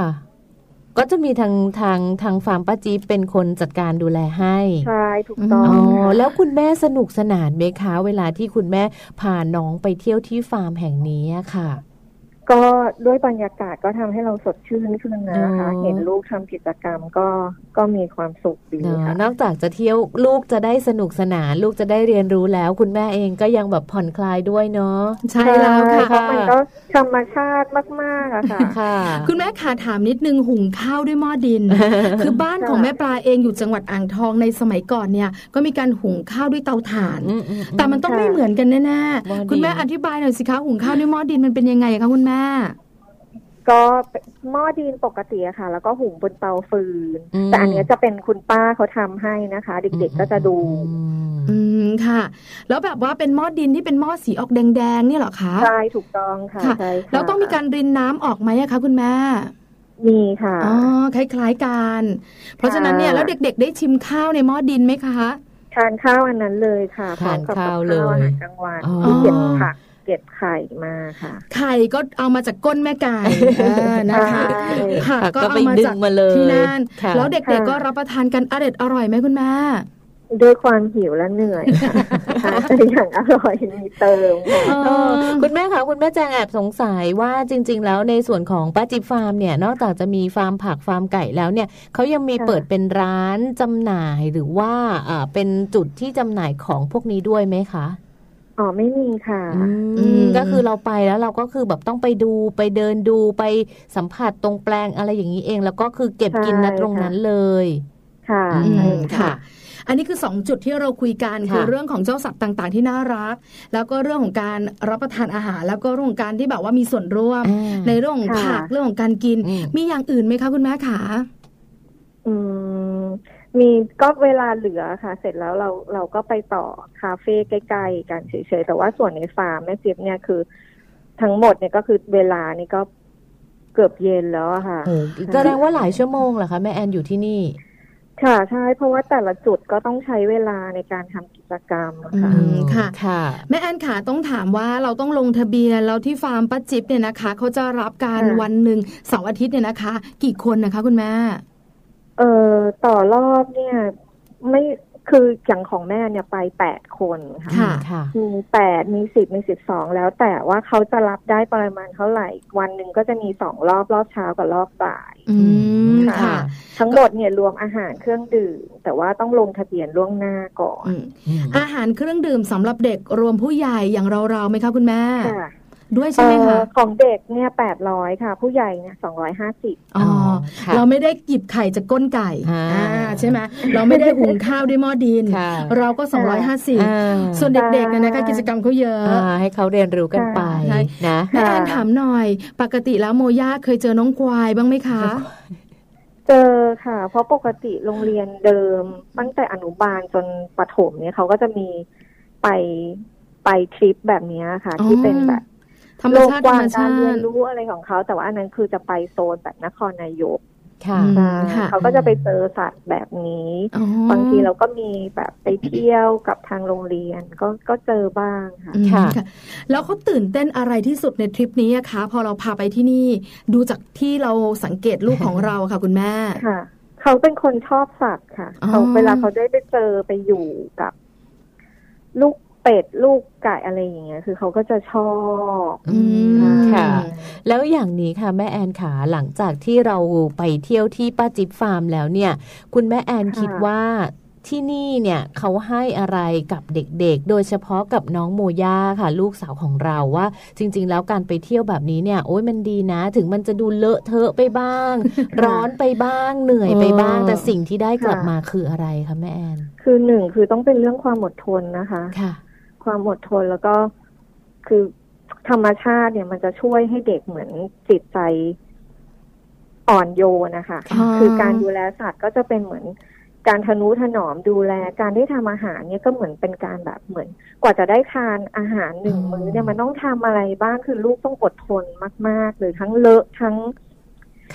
ก็จะมีทางทางทางฟาร์มป้าจี๊บเป็นคนจัดการดูแลให้ ใช่ถูกต้อง อ๋อ ค่ะ แล้วคุณแม่สนุกสนานไหมคะ เวลาที่คุณแม่พาน้องไปเที่ยวที่ฟาร์มแห่งนี้อะค่ะ ก็ด้วยบรรยากาศก็ทำให้เราสดชื่นขึ้นนะคะ อ๋อ เห็นลูกทำกิจกรรมก็ก็มีความสุขดี เนอะ ค่ะ นอกจากจะเที่ยวลูกจะได้สนุกสนาน ลูกจะได้เรียนรู้แล้ว คุณแม่เองก็ยังแบบผ่อนคลายด้วยเนาะ ใช่แล้วค่ะ เพรามันก็ธรรมชาติมากๆอะค่ะ ค่ะ คุณแม่ขาถามนิดนึงหุงข้าวด้วยหม้อดิ น คือบ้านของแม่ปลาเองอยู่จังหวัดอ่างทองในสมัยก่อนเนี่ย ก็มีการหุงข้าวด้วยเตาถ่าน อืมอืมอืม แต่มันต้องไม่เหมือนกันแน่ หม้อดิน ๆคุณแม่อธิบายหน่อยสิคะหุงข้าวด้วยหม้อดินมันเป็นยังไงคะคุณแม่ ก็หม้อดินปกติอะค่ะ แล้วก็หุงบนเตาฟืน อืม แต่อันเนี้ยจะเป็นคุณป้าเขาทำให้นะคะ เด็กๆก็จะดู อืมค่ะ แล้วแบบว่าเป็นหม้อดินที่เป็นหม้อสีออกแดงๆเนี่ยเหรอคะ ใช่ถูกต้องค่ะใช่ค่ะ แล้วต้องมีการรินน้ำออกไหมอะคะคุณแม่ มีค่ะ อ๋อคล้ายๆกัน เพราะฉะนั้นเนี่ย ค่ะ แล้วเด็กๆ ได้ชิมข้าวในหม้อดินไหมคะ ทานข้าวอันนั้นเลยค่ะพร้อมกับ ทาน กั ข้าวบข้าว เล อาย หารกลางวัน อ๋อ ที่เก็บผักเก็บไข่มาค่ะ ไข่ก็เอามาจากก้นแม่ไก่เออนะคะ ใช่ ผักก็ก็เอา ไป มา ดึ จาง ก มาเลย ที่นั่น ค่ะ แล้วเด็กๆก็รับประทานกันอร่อยอร่อยไหมคุณแม่ ด้วยความหิวและเหนื่อยค่ะทานไปอย่างอร่อยมีเติมค่ะ เออ เออคุณแม่คะคุณแม่แจงแอบสงสัยว่าจริง ๆ แล้วในส่วนของป้าจิบฟาร์มเนี่ยนอกจากจะมีฟาร์มผักฟาร์มไก่แล้วเนี่ยเขายังมี ค่ะ เปิดเป็นร้านจำหน่ายหรือว่าเอ่อเป็นจุดที่จำหน่ายของพวกนี้ด้วยไหมคะ อ๋อไม่มีค่ะ อืมก็คือเราไปแล้วเราก็คือแบบต้องไปดูไปเดินดูไปสัมผัสตรงแปลงอะไรอย่างนี้เอง แล้วก็คือเก็บกินนะ ใช่ ตรง ค่ะ นั้นเลย ค่ะ อื ใช่ ม ค่ะ ค่ะ อันนี้คือ 2 จุดที่เราคุยกัน ค่ะ คือเรื่องของเจ้าสัตว์ต่างๆ ที่น่ารัก แล้วก็เรื่องของการรับประทานอาหาร แล้วก็เรื่องของการที่แบบว่ามีส่วนร่วม อ่า ในเรื่องของ ค่ะ ผักเรื่องของการกิน อืม มีอย่างอื่นไหมคะคุณแม่ขา อืมมีก็เวลาเหลือค่ะ เสร็จแล้วเราเราก็ไปต่อคาเฟ่ใกล้ๆกันเฉยๆแต่ว่าส่วนในฟาร์มแม่เจี๊ยบเนี่ยคือ ทั้งหมดเนี่ยก็คือเวลานี่ก็เกือบเย็นแล้วอะค่ะ โอ้โหแสดงว่าหลายชั่วโมงเหรอคะแม่แอนอยู่ที่นี่ ค่ะใช่เพราะว่าแต่ละจุดก็ต้องใช้เวลาในการทำกิจกรรมอะค่ะ อืมค่ะ ค่ะ แม่แอนขาต้องถามว่าเราต้องลงทะเบียนแล้วที่ฟาร์มป้าจิ๊บเนี่ยนะคะเขาจะรับการ ค่ะ วันหนึ่งเสาร์อาทิตย์เนี่ยนะคะ กี่คนนะคะคุณแม่ เออต่อรอบเนี่ย ไม่คืออย่างของแม่เนี่ยไปแปดคนค่ะ ค่ะ ค่ะ มีแปดมีสิบมีสิบสองแล้วแต่ว่าเขาจะรับได้ปริมาณเท่าไหร่ วันหนึ่งก็จะมีสองรอบรอบเช้ากับรอบบ่าย อืมค่ะ ทั้งหมดเนี่ยรวมอาหารเครื่องดื่ม แต่ว่าต้องลงทะเบียนล่วงหน้าก่อน อืมอาหารเครื่องดื่มสำหรับเด็กรวมผู้ใหญ่อย่างเราเราๆไหมคะคุณแม่ ค่ะ ด้วยใช่ไหม เอ่ คะ อของเด็กเนี่ยแปดร้อยค่ะ ผู้ใหญ่เนี่ยสองร้อยห้าสิบ อ๋อ ค่ะ เราไม่ได้กิบไข่จากก้นไก่ อ่า อ่าใช่ไหมเราไม่ได้หุงข้าวด้วยหม้อดิน ค่ะ เราก็ อ่า 250 ส่วนเด็กๆเนี่ยนะคะกิจกรรมเขาเยอะ อ่าให้เขาเรียนรู้กันไป ใช่ นะ แม่แอนถามหน่อย ปกติแล้วโมย่าเคยเจอน้องควายบ้างไหมคะ เจอค่ะ เพราะปกติโรงเรียนเดิมตั้งแต่อนุบาลจนประถมเนี่ยเขาก็จะมีไปไปทริปแบบเนี้ยค่ะ อ๋อ ที่เป็นแบบ ธรรม โลก ชาติ ก ธร ว้ารงม กา ชาร เรียน ติ รู้อะไรของเขา แต่ว่าอันนั้นคือจะไปโซนแบบนครนายก ค่ะ อืม ใช่ ค่ะ เขาก็จะไปเจอสัตว์แบบนี้ อ๋อบ างทีเราก็มีแบบไปเที่ยวกับทางโรงเรียนก็ก็เจอบ้างค่ะ อืม ค่ะ ค่ะ แล้วเขาตื่นเต้นอะไรที่สุดในทริปนี้อะคะ พอเราพาไปที่นี่ ดูจากที่เราสังเกตลูกของเราอะค่ะคุณแม่ ค่ะ เขาเป็นคนชอบสัตว์ค่ะ อ๋อ เขาเวลาเขาได้ไปเจอไปอยู่กับ ลูกเป็ดลูกไก่อะไรอย่างเงี้ย คือเขาก็จะชอบ อืม ค่ะ แล้วอย่างนี้ค่ะแม่แอนขาหลังจากที่เราไปเที่ยวที่ป้าจิ๊บฟาร์มแล้วเนี่ย คุณแม่แอน ค่ะ คิดว่าที่นี่เนี่ยเขาให้อะไรกับเด็กๆ โดยเฉพาะกับน้องโมย่าค่ะ ลูกสาวของเราว่า จริง ๆ แล้วการไปเที่ยวแบบนี้เนี่ย โอ้ยมันดีนะ ถึงมันจะดูเลอะเทอะไป บ้าง ร้อนไปบ้าง เหนื่อยไปบ้าง เออ แต่สิ่งที่ได้กลับมาคืออะไรคะแม่แอน คือหนึ่งคือต้องเป็นเรื่องความอดทนนะคะ ค่ะ ความอดทนแล้วก็คือธรรมชาติเนี่ย มันจะช่วยให้เด็กเหมือนจิตใจอ่อนโยนนะคะ อ๋อ คือการดูแลสัตว์ก็จะเป็นเหมือนการทนุถนอมดูแล การได้ทำอาหารเนี่ยก็เหมือนเป็นการแบบเหมือน กว่าจะได้ทานอาหารหนึ่ง อืม มื้อเนี่ยมันต้องทำอะไรบ้างคือลูกต้องอดทนมาก ๆ เลยทั้งเลอะทั้ง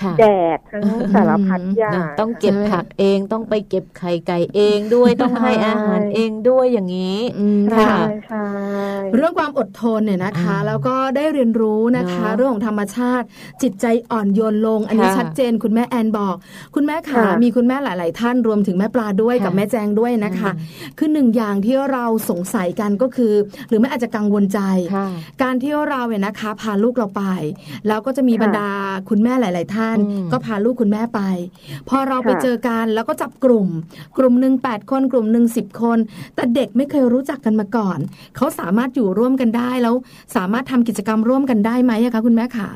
ค่ะ แดดทั้งสารพัดอย่าง ต้องเก็บผักเองต้องไปเก็บไข่ไก่เองด้วยต้องให้อาหารเองด้วยอย่างนี้ อืม ค่ะ ใช่ใช่ เรื่องความอดทนเนี่ยนะคะ อ่า แล้วก็ได้เรียนรู้นะคะ เนอะ เรื่องของธรรมชาติ จิตใจอ่อนโยนลง อันนี้ ค่ะ ชัดเจนคุณแม่แอนบอก คุณแม่ขา ค่ะ มีคุณแม่หลาย ๆ ท่านรวมถึงแม่ปลาด้วย ค่ะ กับแม่แจงด้วยนะคะ คือหนึ่งอย่างที่เราสงสัยกันก็คือ หรือไม่อาจจะกังวลใจ ค่ะ การที่เราเนี่ยนะคะพาลูกเราไป แล้วก็จะมี ค่ะ บรรดาคุณแม่หลาย ๆ ท่าน อืม ก็พาลูกคุณแม่ไป พอเราไป ค่ะ เจอกันแล้วก็จับกลุ่ม กลุ่มหนึ่ง8 คนกลุ่มหนึ่ง10 คน แต่เด็กไม่เคยรู้จักกันมาก่อน เขาสามารถอยู่ร่วมกันได้แล้ว สามารถทำกิจกรรมร่วมกันได้ไหมอะคะคุณแม่ขา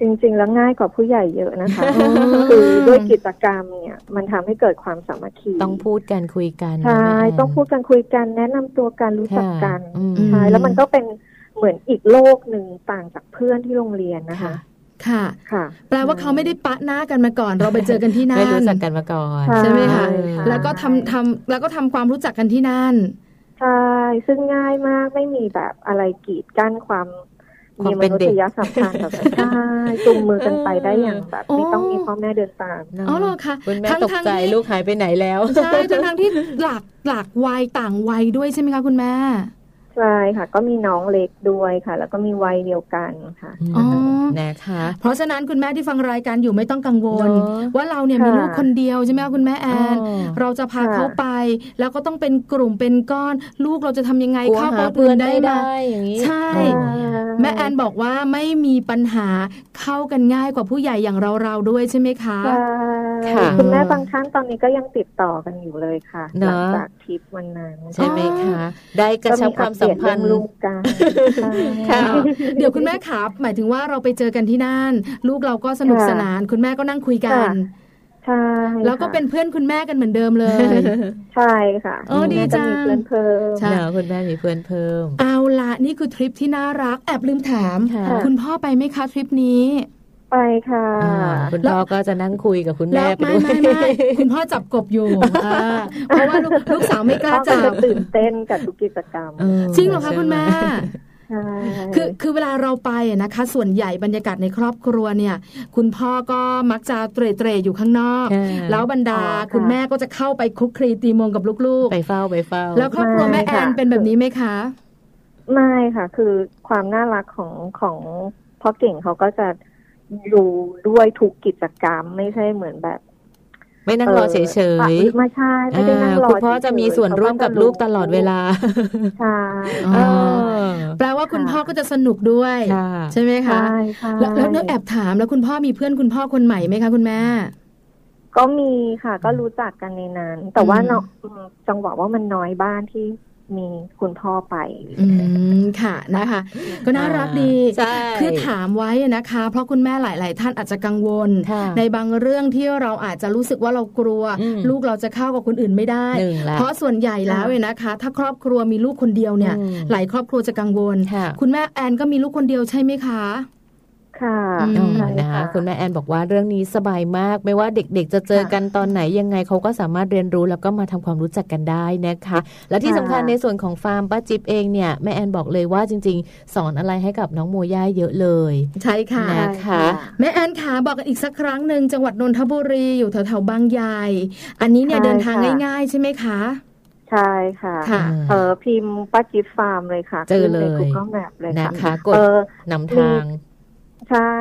จริง ๆ แล้วง่ายกว่าผู้ใหญ่เยอะนะคะ อืม คือด้วยกิจกรรมเนี่ยมันทำให้เกิดความสามัคคี ต้องพูดกันคุยกัน ใช่ แม่แน ต้องพูดกันคุยกันแนะนำตัวกันรู้จัก ค่ะ กัน อืม อื ใช่แล้วมันก็เป็นเหมือนอีกโลกหนึ่งต่างจากเพื่อนที่โรงเรียนนะคะ ค่ะ ค่ะ ค่ะ แปลว่าเขาไม่ได้ปะหน้ากันมาก่อน เราไปเจอกันที่นั่น ไม่รู้จักกันมาก่อน ใช่ไหมคะ เออ แล้วก็ทำทำแล้วก็ทำความรู้จักกันที่นั่น ใช่ซึ่งง่ายมากไม่มีแบบอะไรกีดกั้นความ ความ มีม เป็น นุ เด็ก ษยสัมพันธ์แบบนั้นใช่จุงมือกันไปได้อย่างแบบ โอ้ ไม่ต้องมีพ่อแม่เดินตาม ะ อ๋อเหรอคะ คุณแม่ ทั้ง ตก ทั้ง ใจ ที่ ลูกหายไปไหนแล้ว ใช่ทั้งทั้งๆที่หลากหลากวัยต่างวัยด้วยใช่ไหมคะคุณแม่ ใช่ค่ะ ก็มีน้องเล็กด้วยค่ะ แล้วก็มีวัยเดียวกันค่ะ อ๋อ นะคะ เพราะฉะนั้นคุณแม่ที่ฟังรายการอยู่ไม่ต้องกังวล เนอะ ว่าเราเนี่ย ค่ะ มีลูกคนเดียวใช่ไหมคะคุณแม่แอน อ๋อ เราจะพาเขาไป แล้วก็ต้องเป็นกลุ่มเป็นก้อน ลูกเราจะทำยังไง กลัว เข้า หา โต๊ะ เพื่อน อื่ ได้ หม ได้อย่างนี้ ใช่ อ๋อ แม่แอนบอกว่าไม่มีปัญหาเข้ากันง่ายกว่าผู้ใหญ่อย่างเราเราๆด้วยใช่ไหมคะ ใช่ ค่ะ คุณแม่บางท่านตอนนี้ก็ยังติดต่อกันอยู่เลยค่ะ เน ห อะ ลังจากทริปวันนั้น ใช่ไหมคะ ได้กระชับความสัมพันธ์ ก็มีอัปเดตเรื่องลูกกันใช่ ค่ะ เดี๋ยวคุณแม่ขาหมายถึงว่าเราไปเจอกันที่นั่น ลูกเราก็สนุกสนาน คุณแม่ก็นั่งคุยกัน ค่ะ ใช่ แล้วก็ ค่ะ เป็นเพื่อนคุณแม่กันเหมือนเดิมเลย ใช่ค่ะ เออดีจัง แม่ก็มีเพื่อนเพิ่ม ใช่ เนอะคุณแม่มีเพื่อนเพิ่ม เอาละนี่คือทริปที่น่ารักแอบลืมถาม ค่ะ คุณพ่อไปไหมคะทริปนี้ ไปค่ะ อ่าคุณพ่อก็จะนั่งคุยกับคุณ แล้ แม่ไปวไม่ ด้วย ไม่ไม่คุณพ่อจับกบอยู่อ่าเพราะว่าลูกลูกสาวไม่กล้า พ่อก็ จั จะ บ ตื่นเต้นกับทุกกิจกรรม เอ จริงเหรอคะ ใช่ คุณแม่ ใช่ คือคือเวลาเราไปอะนะคะ ส่วนใหญ่บรรยากาศในครอบครัวเนี่ย คุณพ่อก็มักจะเตร่เตร่อยู่ข้างนอก อ่า แล้วบรรดาคุณแม่ก็จะเข้าไปคลุกคลีตีมงกับลูก ไปเฝ้าไปเฝ้า ๆ แล้วครอบครัวแม่แอนเป็นแบบนี้ไหมคะ ไม่ค่ะ คือความน่ารักของของพ่อเก่งเขาก็จะอยู่ด้วยทุกกิจกรรมไม่ใช่เหมือนแบบ ไม่นั่งรอเฉยเฉย ๆไม่ใช่ไม่ได้นั่งรอ คุณพ่อจะมีส่วนร่วมกับลูกตลอดเวลา ใช่ อ๋อ เออ แปลว่าคุณพ่อก็จะสนุกด้วย ค่ะ ใช่ไหมคะ ใช่ใช่ แล้วแล้วเนื้อแอบถามแล้วคุณพ่อมีเพื่อนคุณพ่อคนใหม่ไหมคะคุณแม่ ก็มีค่ะ ก็รู้จักกันในนั้น แต่ว่าเนาะอืมจังหวะว่ามันน้อยบ้านที่มีคุณพ่อไป อืมค่ะนะคะ ก็น่ารักดี ใช่ คือถามไว้นะคะ เพราะคุณแม่หลาย ๆ ท่านอาจจะกังวล ค่ะ ในบางเรื่องที่เราอาจจะรู้สึกว่าเรากลัว อืม ลูกเราจะเข้ากับคนอื่นไม่ได้ หนึ่งละ เพราะส่วนใหญ่แล้วเนี่ยนะคะ ถ้าครอบครัวมีลูกคนเดียวเนี่ย อืม หลายครอบครัวจะกังวล ค่ะ คุณแม่แอนก็มีลูกคนเดียวใช่ไหมคะ ค่ะ อืม อ๋อ ใช่ นะคะคุณแม่แอนบอกว่าเรื่องนี้สบายมาก ไม่ว่าเด็กๆ จะเจอกันตอนไหนยังไงเขาก็สามารถเรียนรู้แล้วก็มาทำความรู้จักกันได้นะคะ และที่สำคัญในส่วนของฟาร์มป้าจิ๊บเองเนี่ยแม่แอนบอกเลยว่าจริง ๆ สอนอะไรให้กับน้องโมย่าเยอะเลย ใช่ค่ะ นะคะ แม่แอนขาบอกกันอีกสักครั้งหนึ่งจังหวัดนนทบุรีอยู่แถวๆบางใหญ่ อันนี้เนี่ยเดินทางง่าย ๆ ใช่ไหมคะ ใช่ค่ะ ค่ะ เออพิมพ์ป้าจิ๊บฟาร์มเลยค่ะ เจอเลย ขึ้นใน Google Map เลย นะ ค่ะ คะกด เออน ำทาง ใช่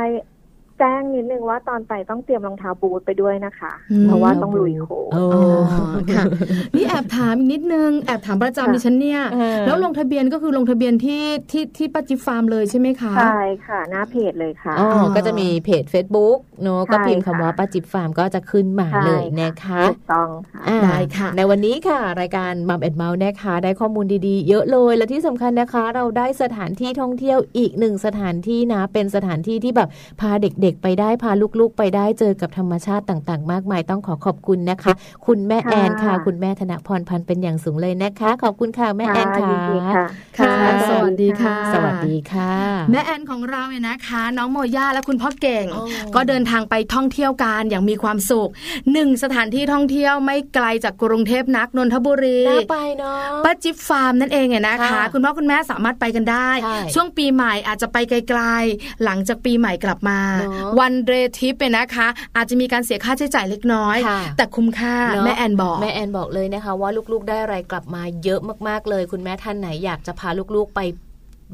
แจ้งนิดนึงว่าตอนไปต้องเตรียมรองเท้าบูทไปด้วยนะคะ อืม เพราะว่าต้องลุยโคง โอ้ อ๋อค่ะ นี่แอบถามอีกนิดนึง แอบถามประจำ ค่ะ ดิฉันเนี่ย เออ แล้วลงทะเบียนก็คือลงทะเบียนที่ที่ที่ปัจจิฟาร์มเลยใช่ไหมคะ ใช่ค่ะ หน้าเพจเลยค่ะ อ๋อก็จะมีเพจ Facebook เนอะ ใช่ ก็พิมพ์คำว่า ค่ะ ป้าจิ๊บฟาร์มก็จะขึ้นมา ใช่ เลยนะคะ ถูกต้องค่ะ อ่า ได้ค่ะ ในวันนี้ค่ะ รายการมัมแอนเมาส์นะคะ ได้ข้อมูลดีๆ เยอะเลยและที่สำคัญนะคะ เราได้สถานที่ท่องเที่ยวอีกหนึ่งสถานที่นะ เป็นสถานที่ที่แบบพาเด็กๆ ไปได้พาลูกๆ ไปได้เจอกับธรรมชาติต่างๆ มากมายต้องขอขอบคุณนะคะ คุณแม่แอนค่ะ ค่ะ คุณแม่ธนพรพันธ์เป็นอย่างสูงเลยนะคะ ขอบคุณค่ะแม่แอนค่ะ ยิดีค่ะ ค่ะ ค่ะ สวัสดีค่ะ สวัสดีค่ะ แม่แอนของเราเนี่ยนะคะ น้องโมย่าและคุณพ่อเก่ง ก็เดินทางไปท่องเที่ยวกันอย่างมีความสุขหนึ่งสถานที่ท่องเที่ยวไม่ไกลจากกรุงเทพนักนนทบุรี น่าไปเนาะ ป้าจิ๊บฟาร์มนั่นเองเนี่ยนะคะ ค่ะ คุณพ่อคุณแม่สามารถไปกันได้ ใช่ ช่วงปีใหม่อาจจะไปไกลๆ หลังจากปีใหม่กลับมา เนอ วันเดย์ทิปเนี่ยนะคะ อาจจะมีการเสียค่าใช้จ่ายเล็กน้อย ค่ะ แต่คุ้มค่า เะ แม่แอนบอก แม่แอนบอกเลยนะคะ ว่าลูกๆได้อะไรกลับมาเยอะมากๆเลย คุณแม่ท่านไหนอยากจะพาลูกๆไป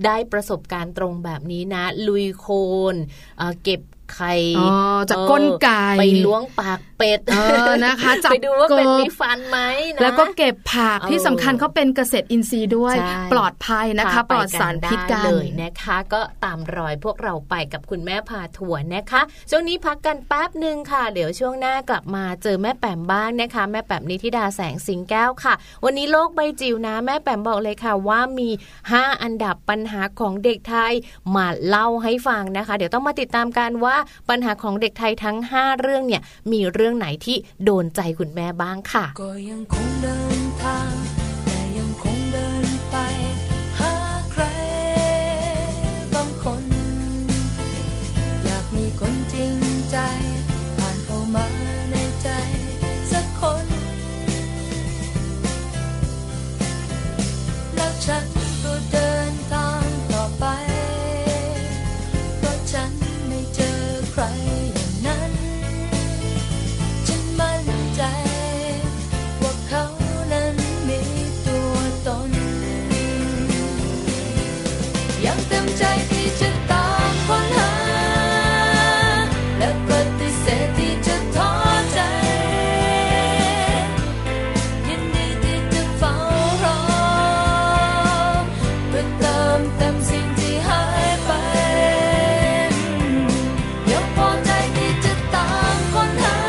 ได้ประสบการณ์ตรงแบบนี้นะ ลุยโคลนเอ่อเก็บไข่ อ๋อจากก้นไก่ เออไปล้วงปากเป็ด เออนะคะจับ ไปดูว่าเป็ด กบ มีฟันไหมนะ แล้วก็เก็บผัก เออ ที่สำคัญเขาเป็นเกษตรอินทรีย์ด้วย ใช่ ปลอดภัยนะคะ พา ป ไป ลอดสารพิษกัน ได้เลยนะคะ ก็ตามรอยพวกเราไปกับคุณแม่พาถั่วร์นะคะช่วงนี้พักกันแป๊บหนึ่งค่ะ เดี๋ยวช่วงหน้ากลับมาเจอแม่แปมบ้างนะคะ แม่แปมนิธิดาแสงสิงแก้วค่ะ วันนี้โลกใบจิ๋วนะ แม่แปมบอกเลยค่ะ ว่ามี 5 อันดับปัญหาของเด็กไทยมาเล่าให้ฟังนะคะ เดี๋ยวต้องมาติดตามกันว่าปัญหาของเด็กไทยทั้ง 5 เรื่องเนี่ยมีเรื่องไหนที่โดนใจคุณแม่บ้างค่ะ ก็ยังคงเดินทาง แต่ยังคงเดินไป หาใครบางคน อยากมีคนจริงใจ ผ่านเข้ามาในใจ สักคน แล้วฉันก็เดินทางต่อไป เพราะฉันไม่เจอใครอย่างนั้น ฉันมั่นใจ ว่าเขานั้นมีตัวตน ยังเต็มใจที่จะตามค้นหา และปฏิเสธที่จะท้อใจ ยินดีที่จะเฝ้ารอเพื่อเติมเต็มสิ่งที่หายไป ยังพอใจที่จะตามค้นหา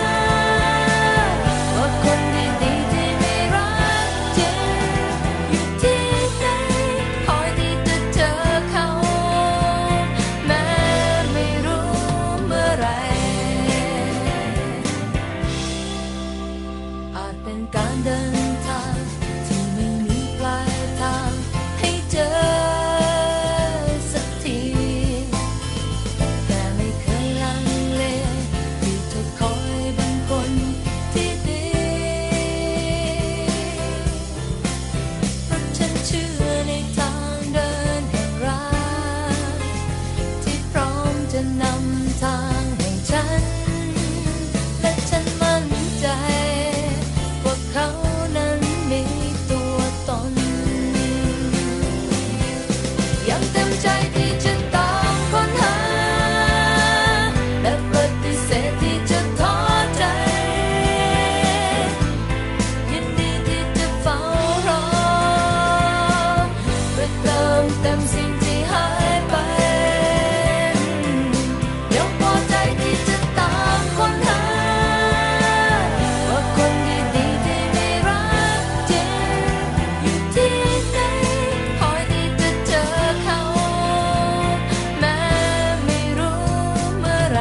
ว่าคนดีๆที่ไม่รักจริงอยู่ที่ไหนคอยที่จะเจอเขา แม้ไม่รู้เมื่อไหร อาจเป็นการเดินทาง ที่ไม่มีปลายทางให้เจอสักที แต่ไม่เคยลังเลที่จะคอยบางคนที่ดี เพราะฉันเชื่อในทางเดินแห่งรักที่พร้อมจะนำทางให้ฉัน และฉันมั่นใจ ว่าเขานั้นมีตัวตน ยังเต็มใจที่จะตามค้นหา และปฏิเสธที่จะท้อใจ ยินดีที่จะเฝ้ารอเพื่อเติมเต็มสิ่งที่หายไป ยังพอใจที่จะตามค้นหา ว่าคนดีๆที่ไม่รักจริงอยู่ที่ไหนคอยที่จะเจอเขา แม้ไม่รู้เมื่อไหร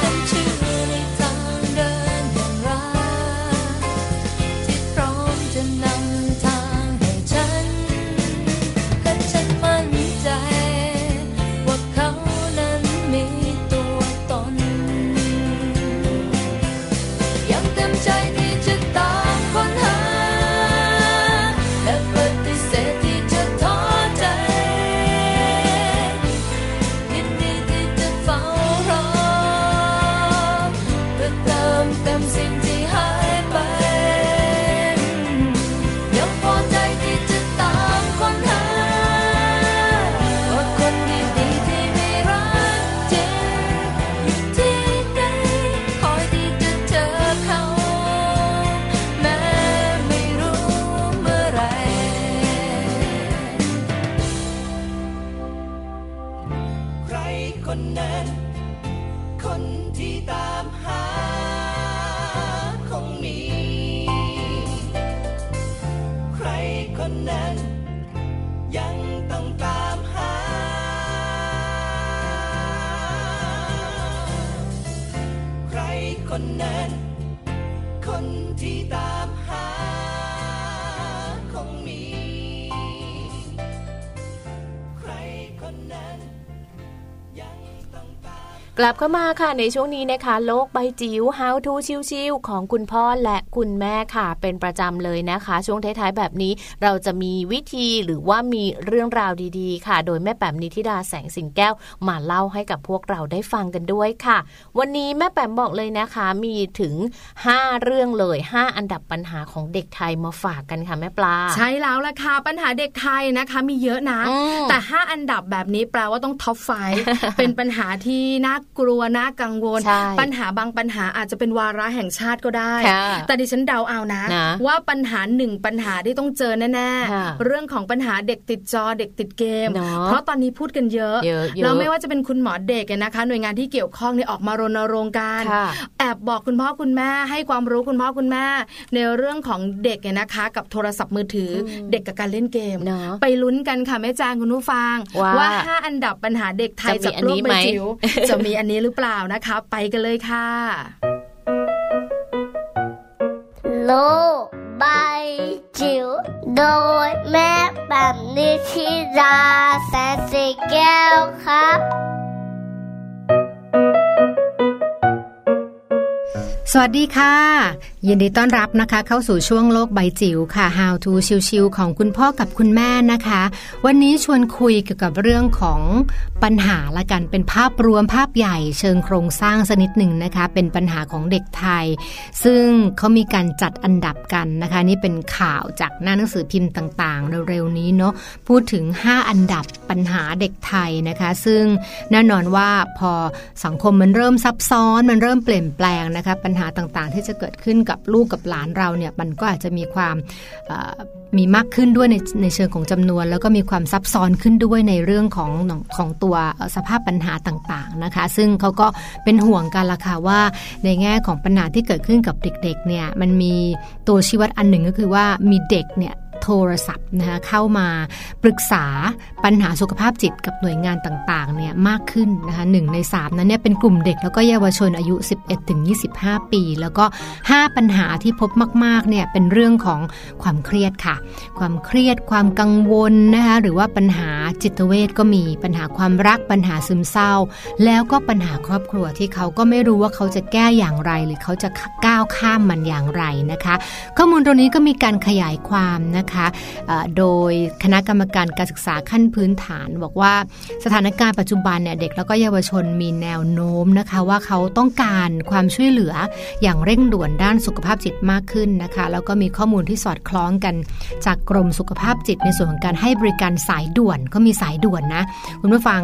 ฉันเชื่อในทางเดินแห่งรักที่พร้อมจะนำทางให้ฉัน และฉันมั่นใจ ว่าเขานั้นมีตัวตน ยังเต็มใจที่จะตามค้นหา และปฏิเสธที่จะท้อใจ ยินดีที่จะเฝ้ารอเพื่อเติมเต็มสิ่งที่หายไป ยังพอใจที่จะตามค้นหาว่าคนดีๆที่ไม่รักจริงอยู่ที่ไหนคอยที่จะเจอเขา แม้ไม่รู้เมื่อไหร ใครคนนั้น คนที่ตามหาคง คนนั้น คนที่ตามหาคงมี ใครคนนั้น ยังต้องตาม กลับเข้ามาค่ะในช่วงนี้นะคะ โลกใบจิ๋ว How to ชิวๆของคุณพ่อและคุณแม่ค่ะ เป็นประจำเลยนะคะ ช่วงท้ายๆแบบนี้เราจะมีวิธีหรือว่ามีเรื่องราวดีๆ ค่ะ โดยแม่แปมนิธิดาแสงสิงแก้วมาเล่าให้กับพวกเราได้ฟังกันด้วยค่ะ วันนี้แม่แปมบอกเลยนะคะ มีถึง 5 เรื่องเลย 5 อันดับปัญหาของเด็กไทยมาฝากกันค่ะแม่ปลา ใช่แล้วล่ะค่ะปัญหาเด็กไทยนะคะมีเยอะนะ อืม แต่ 5 อันดับแบบนี้แปลว่าต้องท็อปไฟ เป็นปัญหาที่น่ากลัวน่ากังวล ใช่ ปัญหาบางปัญหาอาจจะเป็นวาระแห่งชาติก็ได้ ค่ะ แต่ดิฉันเดาเอานะ นะ ว่าปัญหาหนึ่งปัญหาที่ต้องเจอแน่ ค่ะ ๆ เรื่องของปัญหาเด็กติดจอเด็กติดเกม เนอะ เพราะตอนนี้พูดกันเยอะ เยอะๆ แล้วไม่ว่าจะเป็นคุณหมอเด็กเนี่ยนะคะ หน่วยงานที่เกี่ยวข้องเนี่ยออกมารณรงค์กัน ค่ะ แอบบอกคุณพ่อคุณแม่ให้ความรู้คุณพ่อคุณแม่ ในเรื่องของเด็กเนี่ยนะคะ กับโทรศัพท์มือถืออเด็กกับการเล่นเกม เนาะ ไปลุ้นกันค่ะแม่จางคุณผู้ฟัง ว่า ห้าอันดับปัญหาเด็กไทย จะมี จาก อัน โล นี้ ก ไห ใบ ม จิ๋วจะมีอันนี้หรือเปล่านะคะ ไปกันเลยค่ะ lô bay chiều đôi mép bằng đi khi ra sẽ xì keo khắp สวัสดีค่ะ ยินดีต้อนรับนะคะ เข้าสู่ช่วงโลกใบจิ๋วค่ะ How to ชิวๆของคุณพ่อกับคุณแม่นะคะ วันนี้ชวนคุยเกี่ยวกับเรื่องของปัญหาละกันเป็นภาพรวมภาพใหญ่เชิงโครงสร้างสกนิดหนึ่งนะคะ เป็นปัญหาของเด็กไทย ซึ่งเขามีการจัดอันดับกันนะคะ นี่เป็นข่าวจากหน้าหนังสือพิมพ์ต่างๆ เร็วๆนี้เนาะพูดถึง 5 อันดับปัญหาเด็กไทยนะคะ ซึ่งแน่นอนว่าพอสังคมมันเริ่มซับซ้อนมันเริ่มเปลี่ยนแปลงนะคะ ปัญหาต่างๆ ที่จะเกิดขึ้นกับลูกกับหลานเราเนี่ยมันก็อาจจะมีความเอ่อมีมากขึ้นด้วยในในเชิงของจำนวน แล้วก็มีความซับซ้อนขึ้นด้วยในเรื่องของของตัวเอ่อสภาพปัญหาต่างๆนะคะ ซึ่งเขาก็เป็นห่วงกันละค่ะว่า ในแง่ของปัญหาที่เกิดขึ้นกับเด็กๆ เนี่ย มันมีตัวชี้วัดอันหนึ่งก็คือว่ามีเด็กเนี่ยโทรศัพท์นะคะเข้ามาปรึกษาปัญหาสุขภาพจิตกับหน่วยงานต่างๆเนี่ยมากขึ้นนะคะหนึ่งใน 3 นั้นเนี่ยเป็นกลุ่มเด็กแล้วก็เยาวชนอายุ 11-25 ปี แล้วก็ 5 ปัญหาที่พบมากๆเนี่ยเป็นเรื่องของความเครียดค่ะ ความเครียดความกังวลนะคะหรือว่าปัญหาจิตเวชก็มีปัญหาความรักปัญหาซึมเศร้า แล้วก็ปัญหาครอบครัวที่เขาก็ไม่รู้ว่าเขาจะแก้อย่างไร หรือเขาจะก้าวข้ามมันอย่างไรนะคะ ข้อมูลตรงนี้ก็มีการขยายความนะคะเอ่อโดยคณะกรรมการการศึกษาขั้นพื้นฐาน บอกว่าสถานการณ์ปัจจุบันเนี่ยเด็กแล้วก็เยาวชนมีแนวโน้มนะคะว่าเขาต้องการความช่วยเหลืออย่างเร่งด่วนด้านสุขภาพจิตมากขึ้นนะคะ แล้วก็มีข้อมูลที่สอดคล้องกัน จากกรมสุขภาพจิตในส่วนของการให้บริการสายด่วนก็มีสายด่วนนะ คุณผู้ฟัง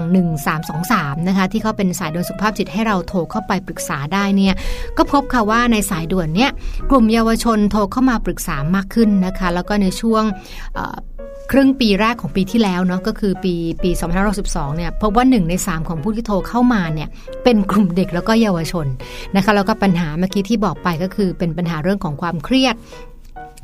1323 นะคะ ที่เขาเป็นสายด่วนสุขภาพจิตให้เราโทรเข้าไปปรึกษาได้เนี่ย ก็พบค่ะว่าในสายด่วนเนี่ย กลุ่มเยาวชนโทรเข้ามาปรึกษามากขึ้นนะคะ แล้วก็ในช่วงเอ่อครึ่งปีแรกของปีที่แล้วเนาะก็คือปีปี2562เนี่ยพบว่า 1 ใน 3 ของผู้ที่โทรเข้ามาเนี่ยเป็นกลุ่มเด็กแล้วก็เยาวชนนะคะแล้วก็ปัญหาเมื่อกี้ที่บอกไปก็คือเป็นปัญหาเรื่องของความเครียด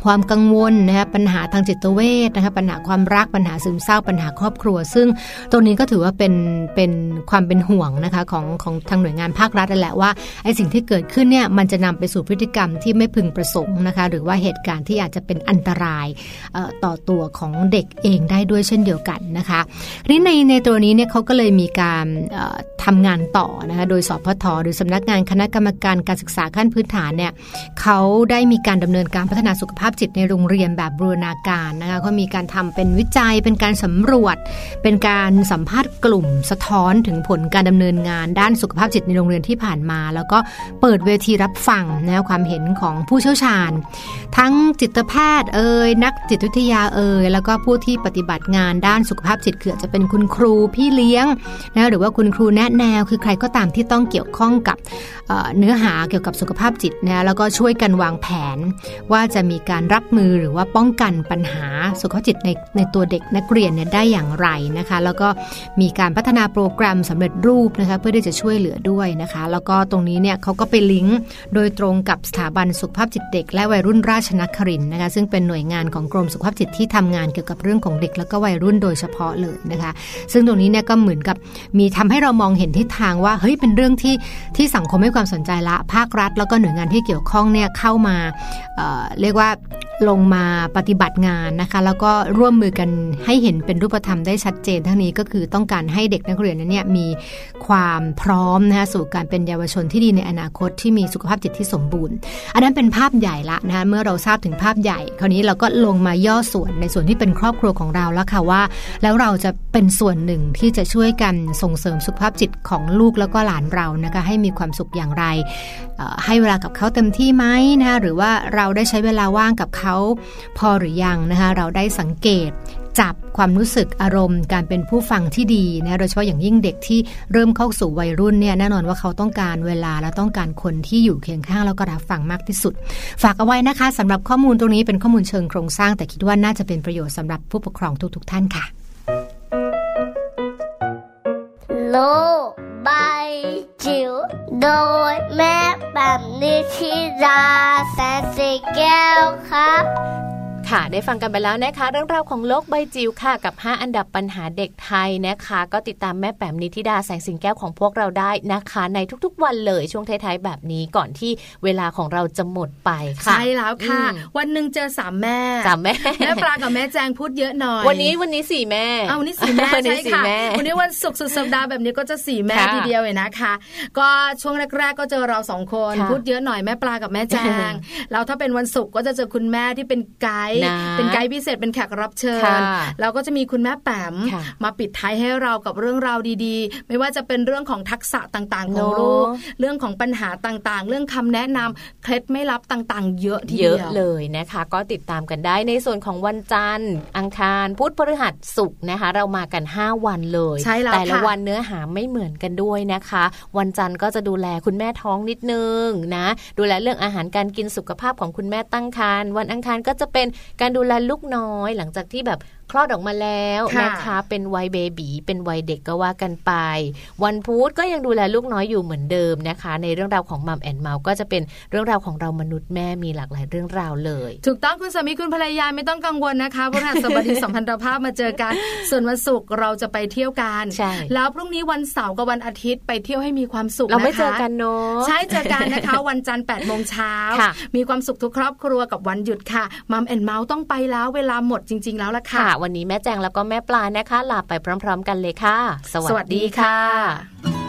ความกังวลนะคะปัญหาทางจิตเวชนะคะปัญหาความรักปัญหาซึมเศร้าปัญหาครอบครัว ซึ่งตรงนี้ก็ถือว่าเป็นเป็นความเป็นห่วงนะคะของของทางหน่วยงานภาครัฐนั่นแหละว่าไอ้สิ่งที่เกิดขึ้นเนี่ยมันจะนำไปสู่พฤติกรรมที่ไม่พึงประสงค์นะคะหรือว่าเหตุการณ์ที่อาจจะเป็นอันตรายเอ่อต่อตัวของเด็กเองได้ด้วยเช่นเดียวกันนะคะทีนี้ในในตัวนี้เนี่ยเขาก็เลยมีการเอ่อทำงานต่อนะคะโดยสพทหรือสำนักงานคณะกรรมการการศึกษาขั้นพื้นฐานเนี่ย เขาได้มีการดำเนินการพัฒนาสุขภาพจิตในโรงเรียนแบบบูรณาการนะคะก็มีการทำเป็นวิจัย เป็นการสำรวจ เป็นการสัมภาษณ์กลุ่มสะท้อนถึงผลการดำเนินงานด้านสุขภาพจิตในโรงเรียนที่ผ่านมา แล้วก็เปิดเวทีรับฟังนะคะความเห็นของผู้เชี่ยวชาญ ทั้งจิตแพทย์เอ่ยนักจิตวิทยาเอ่ยแล้วก็ผู้ที่ปฏิบัติงานด้านสุขภาพจิตคืออาจจะเป็นคุณครูพี่เลี้ยงนะหรือว่าคุณครูแนะแนวคือใครก็ตามที่ต้องเกี่ยวข้องกับ เอ่อเนื้อหาเกี่ยวกับสุขภาพจิตนะแล้วก็ช่วยกันวางแผนว่าจะมีการ การรับมือหรือว่าป้องกันปัญหาสุขภาพจิตในในตัวเด็กนักเรียนเนี่ยได้อย่างไรนะคะ แล้วก็มีการพัฒนาโปรแกรมสำเร็จรูปนะคะเพื่อที่จะช่วยเหลือด้วยนะคะ แล้วก็ตรงนี้เนี่ยเขาก็ไปลิงก์โดยตรงกับสถาบันสุขภาพจิตเด็ก และวัยรุ่นราชนครินทร์นะคะซึ่งเป็นหน่วยงานของกรมสุขภาพจิตที่ทำงานเกี่ยวกับเรื่องของเด็ก แล้วก็วัยรุ่นโดยเฉพาะเลยนะคะ ซึ่งตรงนี้เนี่ยก็เหมือนกับมีทำให้เรามองเห็นทิศทางว่าเฮ้ยเป็นเรื่องที่ที่สังคมให้ความสนใจละภาครัฐ แล้วก็หน่วยงานที่เกี่ยวข้องเนี่ยเข้ามาเอ่อเรียกว่าลงมาปฏิบัติงานนะคะ แล้วก็ร่วมมือกันให้เห็นเป็นรูปธรรมได้ชัดเจนทั้งนี้ก็คือต้องการให้เด็กนักเรียนนั้นเนี่ยมีความพร้อมนะคะสู่การเป็นเยาวชนที่ดีในอนาคตที่มีสุขภาพจิตที่สมบูรณ์ อันนั้นเป็นภาพใหญ่ละนะคะเมื่อเราทราบถึงภาพใหญ่ คราวนี้เราก็ลงมาย่อส่วนในส่วนที่เป็นครอบครัวของเราแล้วค่ะว่า แล้วเราจะเป็นส่วนหนึ่งที่จะช่วยกันส่งเสริมสุขภาพจิตของลูกแล้วก็หลานเรานะคะให้มีความสุขอย่างไรเอ่อให้เวลากับเขาเต็มที่ไหมนะคะหรือว่าเราได้ใช้เวลาว่างกับเขาพอหรือยังนะคะเราได้สังเกต จับความรู้สึกอารมณ์ การเป็นผู้ฟังที่ดีนะโดยเฉพาะอย่างยิ่งเด็กที่เริ่มเข้าสู่วัยรุ่นเนี่ยแน่นอนว่าเขาต้องการเวลาและต้องการคนที่อยู่เคียงข้างแล้วก็รับฟังมากที่สุด ฝากเอาไว้นะคะสำหรับข้อมูลตรงนี้เป็นข้อมูลเชิงโครงสร้าง แต่คิดว่าน่าจะเป็นประโยชน์สำหรับผู้ปกครองทุก ๆ ท่านค่ะ โลกใบจิ๋วโดยแม่แบบนิธิราแสนสีแก้วครับ ค่ะ ได้ฟังกันไปแล้วนะคะ เรื่องราวของโลกใบจิ๋วค่ะ กับ 5 อันดับปัญหาเด็กไทยนะคะ ก็ติดตามแม่แปมนิธิดาแสงสิงแก้วของพวกเราได้นะคะ ในทุกๆวันเลยช่วงท้ายๆแบบนี้ก่อนที่เวลาของเราจะหมดไปค่ะ ใช่แล้วค่ะ อืม วันหนึ่งเจอสามแม่ จำแม่ แม่ปลากับแม่แจงพูดเยอะหน่อย วันนี้วันนี้สี่แม่ เอาวันนี่สีแม่ วันนี้ ใช่ สี่ ค่ะ แม่ วันนี้วันศุกร์สุดสัปดาห์แบบนี้ก็จะสีแม่ ค่ะ ทีเดียวเลยนะคะ ก็ช่วงแรก ๆ ก็เจอเราสองคน ค่ะ พูดเยอะหน่อยแม่ปลากับแม่แจ งเราถ้าเป็นวันศุกร์ก็จะเจอคุณแม่ที่เป็นไกด์ นะ เป็นไกด์พิเศษเป็นแขกรับเชิ ค่ะ ญเราก็จะมีคุณแม่แปม ค่ะ มาปิดท้ายให้เรากับเรื่องราวดีๆ ไม่ว่าจะเป็นเรื่องของทักษะต่างๆของ เนอะ ลูกเรื่องของปัญหาต่างๆ เรื่องคำแนะนำเคล็ดไม่ลับต่างๆ เยอะที เย เดี อะ ยว เลยนะคะ ก็ติดตามกันได้ในส่วนของวันจันทร์ อังคารพุธพฤหัสศุกร์นะคะ เรามากัน 5 วันเลย ใช่แล้ว แต่ละ ค่ะ วันเนื้อหาไม่เหมือนกันด้วยนะคะ วันจันทร์ก็จะดูแลคุณแม่ท้องนิดนึงนะ ดูแลเรื่องอาหารการกินสุขภาพของคุณแม่ตั้งครรภ์วันอังคารก็จะเป็นการดูแลลูกน้อย หลังจากที่แบบคลอดออกมาแล้ว ค่ะ นะคะ เป็นวัยเบบีเป็นวัยเด็กก็ว่ากันไป วันพุธก็ยังดูแลลูกน้อยอยู่เหมือนเดิมนะคะ ในเรื่องราวของมัมแอนเมาก็จะเป็นเรื่องราวของเรามนุษย์แม่มีหลากหลายเรื่องราวเลย ถูกต้องคุณสามีคุณภรรยาไม่ต้องกังวลนะคะพฤหัสบ ดี สัมพันธภาพมาเจอกัน ส่วนวันศุกร์เราจะไปเที่ยวกัน ใช่ แล้วพรุ่งนี้วันเสาร์กับวันอาทิตย์ไปเที่ยวให้มีความสุข เราไม่ ะคะ เจอกันเนาะ ใช่เจอกัน นะคะ วันจันทร์8ปดโมงเช้า ค่ะ มีความสุขทุกครอบครัวกับวันหยุดค่ะมัมแอนเมาส์ต้องไปแล้วเวลาหมดจริง ๆ แล้วล่ะค่ะ ค่ะ วันนี้แม่แจงแล้วก็แม่ปลานะคะ ลาไปพร้อม ๆ กันเลยค่ะ สวัสดีค่ะ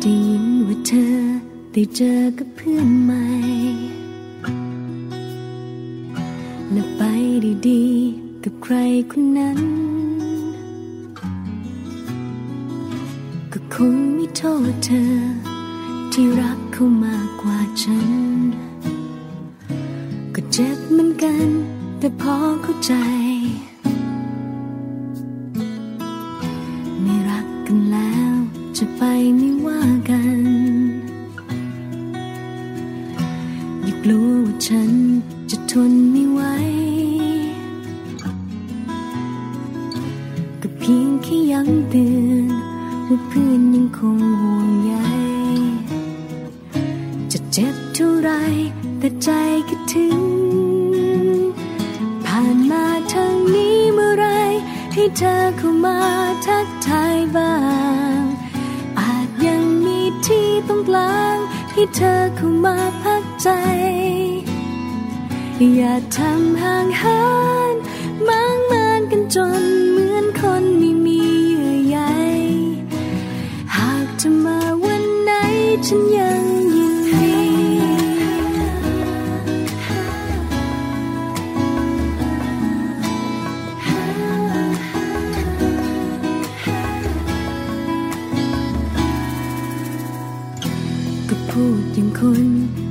ได้ยินว่าเธอได้เจอกับเพื่อนใหม่ และไปดีๆ กับใครคนนั้น ก็คงไม่โทษเธอ ที่รักเขามากกว่าฉัน ก็เจ็บเหมือนกัน แต่พอเข้าใจ ไม่รักกันแล้ว จะไปไม่ว่ากันอย่ากลัวว่าฉันจะทนไม่ไหวก็เพียงแค่ย้ำเตือนว่าเพื่อนยังคงห่วงใยจะเจ็บเท่าไรแต่ใจคิดถึง ผ่านมาทางนี้เมื่อไหรให้เธอเข้ามาทักทายบ้าง อาจยังมีที่ตรงกลางให้เธอเข้ามาพักใจ อย่าทำห่างเหินมั่งมานกันจนเหมือนคนไม่มี คน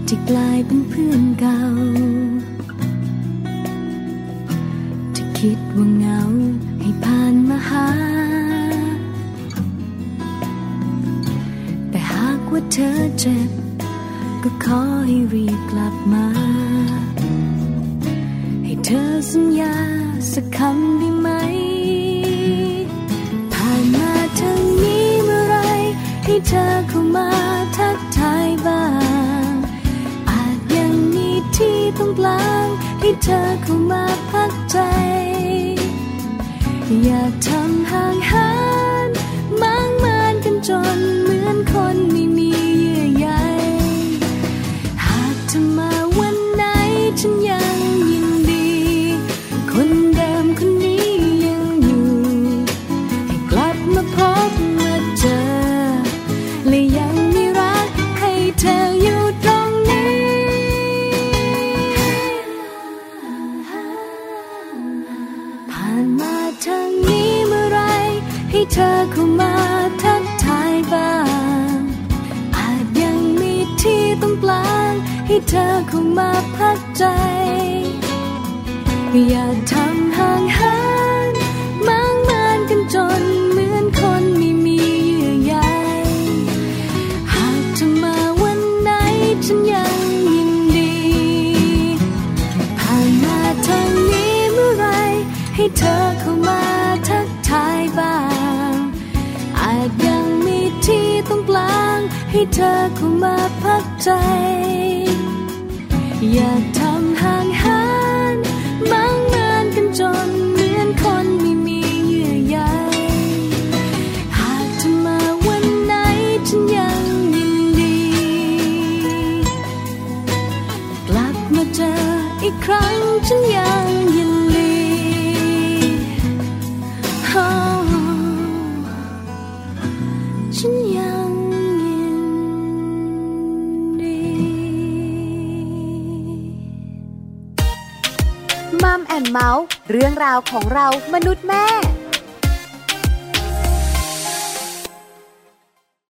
ที่กลายเป็นเพื่อนเก่า จะคิดว่าเหงาให้ผ่านมาหา แต่หากว่าเธอเจ็บ ก็ขอให้รีบกลับมา ให้เธอสัญญาสักคำได้ไหม ผ่านมาทางนี้เมื่อไหรให้เธอเข้ามาทักทายบ้าง อาจยังมีที่ตรงกลางให้เธอเข้ามาพักใจ อย่าทำห่างหานมางมานกันจนเหมือนคนไม่มีเยื่อใย หากเธอมาวันไหนฉันยังยินดี คนเดิมคนนี้ยังอยู่ ให้กลับมาพบมาเจอ และยังมีรักให้เธออยู่ตรงนี้ ผ่านมาทางนี้เมื่อไหรให้เธอเข้ามาทักทายบ้าง อาจยังมีที่ตรงกลางให้เธอเข้ามาพักใจ อย่าทำห่างหานมางมานกันจนเหมือนคนไม่มีเยื่อใย หากเธอมาวันไหนฉันยังยินดี ผ่านมาทางนี้เมื่อไหรให้เธอเข้ามาทักทายบ้าง อาจยังมีที่ตรงกลาง ให้เธอเข้ามาพักใจ อย่าทำห่างหานมางมานกันจนเหมือนคนไม่มีเยื่อใย หากเธอมาวันไหนฉันยังยินดี กลับมาเจออีกครั้งฉันยังยินดี Oh, ฉันยังยินดี มัมแอนเมาส์เรื่องราวของเรามนุษย์แม่